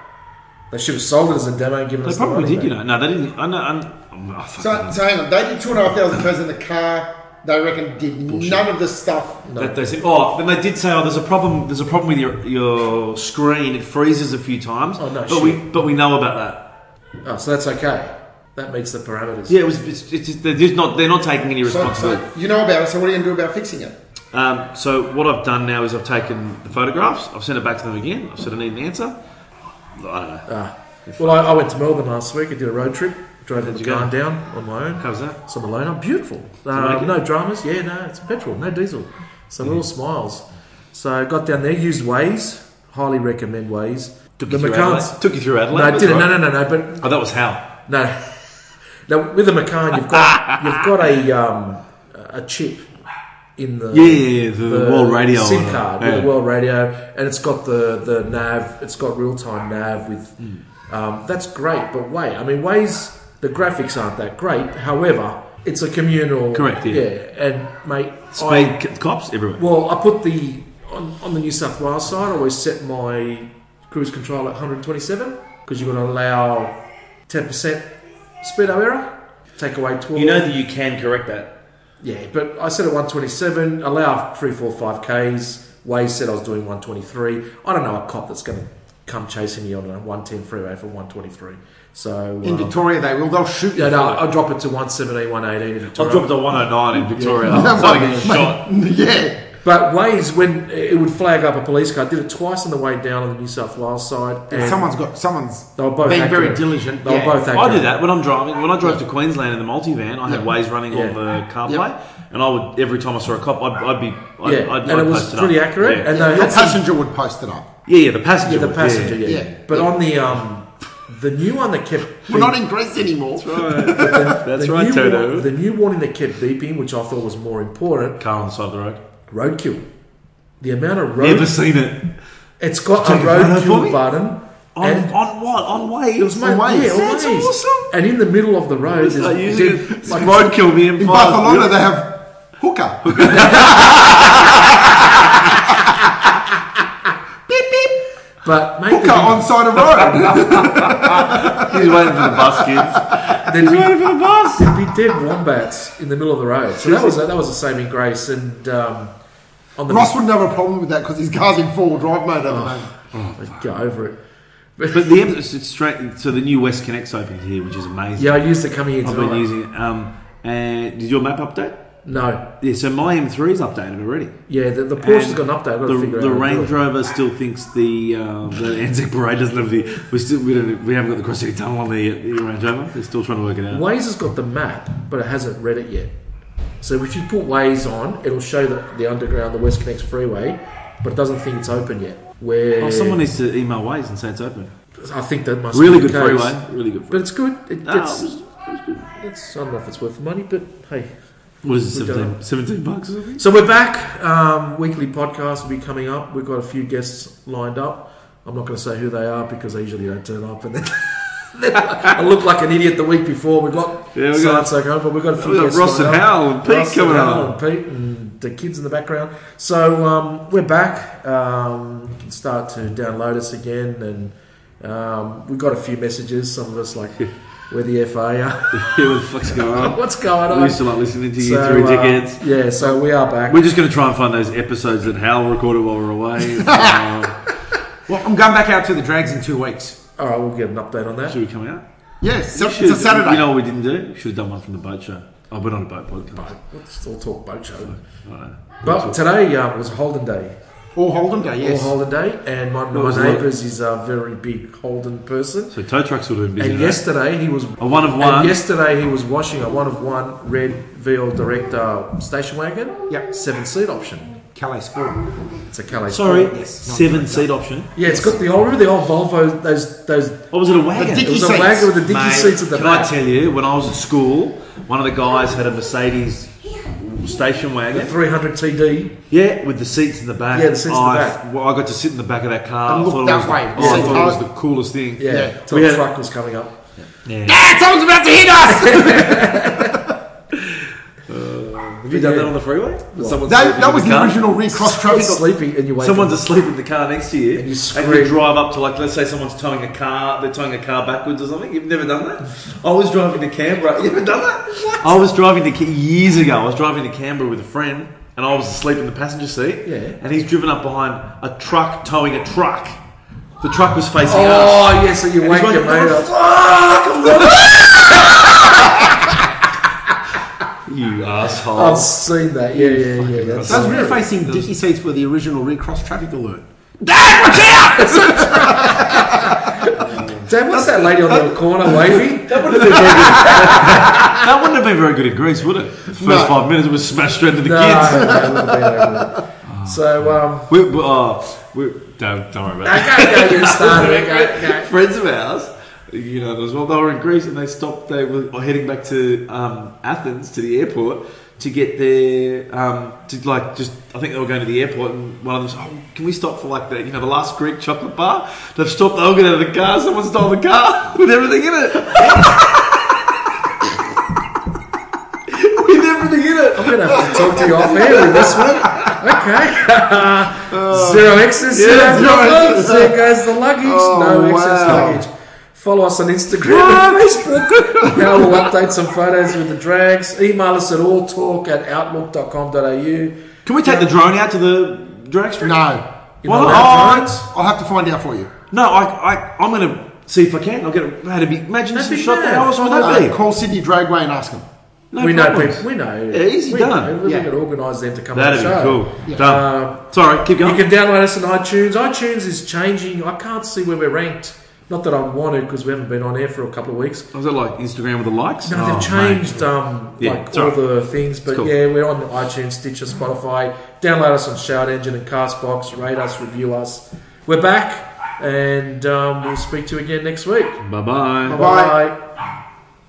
S2: They should have sold it as a demo and given
S1: They
S2: us
S1: probably
S2: the
S1: did, you
S2: money
S1: know. No, they didn't. I know. I'm, oh, fuck.
S3: So, so hang on, they did two and a half thousand cars in the car. They reckon did none of the stuff.
S1: That they said, oh, then they did say, oh, there's a problem. There's a problem with your your screen. It freezes a few times.
S2: Oh, no
S1: But
S2: shit.
S1: we but we know about that.
S2: back. Oh, so that's okay. That meets the parameters.
S1: Yeah, it was. It's, it's just, they're just not. They're not taking any
S3: So,
S1: responsibility.
S3: so you know about it. So what are you going to do about fixing it?
S1: Um, so what I've done now is I've taken the photographs. I've sent it back to them again. I've said I need an answer. I don't know.
S2: Ah. well, I, I went to Melbourne last week. I did a road trip. Drove
S1: How'd
S2: the
S1: you go?
S2: car down on my own.
S1: How's that?
S2: So I'm alone. I'm beautiful.
S1: you
S2: Uh,
S1: like it? Hmm.
S2: no dramas. Yeah, no, it's petrol, no diesel. So we're all smiles. So I got down there, used Waze. Highly recommend Waze.
S1: Took
S2: the
S1: you through
S2: Macans-
S1: Adelaide. Took you through Adelaide.
S2: No, I
S1: that's
S2: didn't.
S1: right.
S2: No, no, no, no. But
S1: Oh, that was how.
S2: no. Now with the Macan, you've got you've got a um, a chip in the
S1: Yeah, yeah, yeah, the world radio
S2: SIM
S1: or-
S2: card
S1: yeah.
S2: with the world radio, and it's got the the nav. It's got real time nav with.
S1: Hmm.
S2: Um, that's great, but wait, I mean, ways the graphics aren't that great. However, it's a communal.
S1: Correct, yeah.
S2: and mate,
S1: Speed
S2: I,
S1: c- cops everywhere.
S2: well, I put the on, on the New South Wales side. I always set my cruise control at 127 because you've got to allow 10 percent speedo error. Take away 12.
S1: you know that you can correct that.
S2: yeah, but I set at 127. Allow three, four, five k's. Way said I was doing 123. I don't know a cop that's going to come chasing me on a 110 freeway for 123. So
S3: In
S2: um,
S3: Victoria, they will. They'll shoot you.
S2: yeah, no, I'll drop it to 117, 118 in Victoria.
S1: oh [LAUGHS]
S3: [LAUGHS]
S2: [LAUGHS]
S1: I've dropped a 109 in Victoria. I'm starting to get shot.
S3: yeah.
S2: But Waze, when it would flag up a police car, I did it twice on the way down on the New South Wales side.
S3: And someone's got someone's
S2: they were both
S3: being very
S2: accurate.
S3: diligent.
S2: They were
S3: yeah.
S2: both accurate.
S1: I do that when I'm driving. When I drove to Queensland in the multivan, I had
S3: Yeah.
S1: Waze running
S2: Yeah.
S1: on the CarPlay,
S3: Yeah.
S1: and I would every time I saw a cop, I'd, I'd be I'd,
S2: Yeah,
S1: I'd,
S2: and
S1: I'd
S2: it was
S1: post
S2: pretty
S1: up.
S2: accurate.
S1: Yeah.
S2: And
S3: Your
S2: they had some-
S3: passenger would post it up.
S1: yeah, yeah, the passenger,
S2: yeah, the
S1: would,
S2: passenger, yeah.
S1: yeah.
S3: Yeah.
S2: But on the um, the new one that kept
S3: We're not in Greece
S2: [LAUGHS]
S3: anymore.
S1: That's
S2: the
S1: right,
S2: new
S1: Toto.
S2: One, the new warning that kept beeping, which I thought was more important,
S1: Car on the side of the road.
S2: roadkill. The amount of road,
S1: Never seen it.
S2: it's got a
S1: Take a photo for
S2: roadkill
S1: me?
S2: button,
S1: On,
S2: and
S1: on what? On Waze.
S2: it was my
S3: on Waze.
S2: yeah, on
S1: That's
S2: Waze.
S1: awesome.
S2: And in the middle of the road,
S1: It's
S2: there's,
S1: like using
S2: there's-
S1: it.
S2: like,
S1: roadkill me
S3: In Barcelona, they have
S1: [LAUGHS]
S3: hooker. beep beep.
S2: but mate,
S3: Hooker on side of
S1: [LAUGHS]
S3: road.
S1: He's waiting for the bus
S2: [LAUGHS]
S1: kids.
S2: there'd be,
S1: for the bus.
S2: there'd be dead wombats in the middle of the road. So that was that was a saving grace. And um, on the
S3: Ross wouldn't have a problem with that because his car's in four-wheel drive mode. over
S1: Oh.
S3: there.
S2: go over it.
S1: But the em- it's it's straight. So the new West Connect's opened here, which is amazing.
S2: Yeah, I used to come here
S1: I've been
S2: tonight.
S1: using it. Um, and did your map update?
S2: No,
S1: Yeah, so my M3's updated already.
S2: yeah, the, the Porsche's
S1: And
S2: got an update. I've got
S1: the,
S2: to figure
S1: the
S2: out. how to do
S1: Range
S2: it.
S1: Rover still thinks the uh, the [LAUGHS] Anzac Parade doesn't have the we still we, don't, we haven't got the cross city tunnel on the, the Range Rover. They're still trying to work it out.
S2: Waze has got the map, but it hasn't read it yet. So if you put Waze on, it'll show the, the underground, the West Connects Freeway, but it doesn't think it's open yet. Where
S1: Oh, someone needs to email Ways and say it's open.
S2: I think that must
S1: Really
S2: be
S1: good
S2: the case.
S1: freeway. Really good
S2: but
S1: freeway.
S2: it's good. It,
S1: No, it
S2: it's,
S1: was- it was good.
S2: it's I don't know if it's worth the money, but hey.
S1: What is
S2: We've
S1: it,
S2: done
S1: 17, 17 bucks or something?
S2: So we're back. Um, weekly podcast will be coming up. We've got a few guests lined up. I'm not going to say who they are because they usually don't turn up, and then, [LAUGHS] then I look like an idiot the week before. We got
S1: Yeah, we
S2: so
S1: got-
S2: and so coming, but we've got a few
S1: We got
S2: guests
S1: Ross and
S2: lined up.
S1: Howell and Pete
S2: Russ
S1: coming
S2: and Alan
S1: up.
S2: and Pete and the kids in the background. So um, we're back. Um, you can start to download us again, and um, we got a few messages. Some
S1: [LAUGHS]
S2: of us like, "We're the [LAUGHS]
S1: [LAUGHS]
S2: FA.
S1: Yeah, what the fuck's going on?
S2: What's going
S1: We
S2: on?"
S1: used to like listening to you
S2: So,
S1: through
S2: uh,
S1: dickheads.
S2: yeah, so we are back.
S1: We're just going to try and find those episodes that Hal recorded while we were
S3: [LAUGHS]
S1: away. Uh,
S3: Well, I'm going back out to the drags in two weeks.
S2: All right, we'll get an update on that.
S1: should we come out?
S3: Yes,
S1: We
S3: it's
S1: should-
S3: a Saturday.
S1: You know what we didn't do? We should have done one from the boat show. Oh, we're not a boat podcast.
S2: Let's all talk boat show.
S1: Alright.
S2: But today um, was Holden Day,
S3: All Holden Day, yes.
S2: all Holden Day, and my,
S1: was
S2: my
S1: lovely.
S2: neighbours is a very big Holden person.
S1: So tow trucks would have been busy.
S2: And
S1: today.
S2: yesterday he was
S1: A one of one.
S2: And yesterday he was washing a one of one red VL Director station wagon.
S3: Yep.
S2: Seven seat option.
S1: [LAUGHS]
S3: Calais School.
S2: It's a Calais.
S1: Sorry,
S3: Yes, not
S1: seven
S3: director.
S1: seat option.
S2: Yeah, it's got the old remember the old Volvo those those
S1: Or was it a
S3: The
S1: wagon?
S3: dicky
S2: it was a
S3: seats.
S2: wagon with the dicky
S1: Mate,
S2: seats at the
S1: can I
S2: back.
S1: tell you, when I was at school, one of the guys had a Mercedes station wagon.
S2: Three hundred T D.
S1: Yeah, with the seats in the back.
S2: Yeah, the seats in the
S1: I-
S2: back.
S1: Well, I got to sit in the back of that car.
S3: And
S1: I
S3: look
S1: thought it
S3: that
S1: was,
S3: way.
S1: oh, I
S3: Yeah.
S1: thought it was the coolest thing.
S2: Yeah.
S3: Yeah.
S2: Till
S1: We
S2: the
S1: had-
S2: truck was coming up.
S1: Yeah.
S3: Ah, someone's about to
S1: [LAUGHS]
S3: hit us!
S1: Have you done that on the freeway? Someone's
S3: that,
S1: sleeping
S3: that
S1: in
S3: was the,
S1: car?
S3: original
S1: [LAUGHS]
S3: recross traffic.
S2: sleepy and you wake
S1: Someone's
S2: up.
S1: asleep in the car next to you,
S2: And you
S1: you
S2: scream.
S1: drive up to like, let's say someone's towing a car, they're towing a car backwards or something. You've never done that. I was driving to Canberra. You ever done that? I was driving to Ca- years ago. I was driving to Canberra with a friend, and I was asleep in the passenger seat.
S2: Yeah.
S1: And he's driven up behind a truck towing a truck. The truck was facing us.
S2: Oh yeah, so you
S1: And
S2: wake
S1: he's
S2: your
S1: going,
S2: mate up.
S1: [LAUGHS] You asshole.
S2: I've seen that. Yeah, yeah, yeah. That's
S3: Those
S2: hilarious.
S3: refacing dicky seats were the original recross traffic alert.
S2: Dad, what's that lady on the little corner waving? [LAUGHS]
S1: That wouldn't, have been very good. that wouldn't have been very good in Greece, would it? First
S3: No.
S1: five minutes, it was smashed straight into the
S2: No,
S1: kids.
S2: no, it wouldn't have been over there. So, um,
S1: We, we, uh, we, don't, don't worry about it.
S2: okay, go get started. [LAUGHS] Okay, okay.
S1: friends of ours, you know, as well, they were in Greece and they stopped. They were heading back to um, Athens to the airport to get their um, to like just. I think they were going to the airport, and one of them said, "Oh, can we stop for like the you know the last Greek chocolate bar?" They've stopped. They all get out of the car. Someone stole the car [LAUGHS] with everything in it. with everything in it.
S2: I'm gonna have to talk to you off air with this one. Okay. zero excess, zero
S1: yeah, zero
S2: problems.
S1: excess.
S2: There goes the luggage.
S3: Oh,
S2: no excess
S3: wow.
S2: luggage. Follow us on Instagram and Facebook. Now we'll update some photos with the drags. Email us at alltalk at outlook.com.au.
S1: Can we take the drone out to the drag strip?
S3: No.
S1: Why
S2: know,
S1: not?
S2: right?
S3: I'll have to find out for you.
S1: No, I, I, I'm going to see if I can. I'll get a, how to be. Imagine
S2: That'd
S1: some
S2: be
S1: shot.
S2: mad.
S1: How awesome would
S3: Uh,
S1: that be?
S3: call Sydney Dragway and ask them.
S1: No
S2: we know
S1: problems.
S2: people. We know.
S1: Yeah, easy
S2: we
S1: done.
S2: Know. We
S3: Yeah.
S2: can organise them to come
S1: That'd
S2: on the
S1: be
S2: show.
S1: cool.
S3: Yeah.
S1: Done.
S2: Uh,
S1: it's all right. Keep
S2: you
S1: going.
S2: can download us on iTunes. iTunes is changing. I can't see where we're ranked. Not that I wanted because we haven't been on air for a couple of weeks.
S1: Was it like Instagram with the likes?
S2: No,
S1: Oh,
S2: they've changed um,
S1: Yeah,
S2: like
S1: it's
S2: all
S1: alright.
S2: the things, but
S1: cool.
S2: yeah, we're on iTunes, Stitcher, Spotify. Download us on Shout Engine and Castbox. Rate us, review us. We're back, and um, we'll speak to you again next week.
S1: Mate. Bye bye.
S3: Bye.
S2: Bye.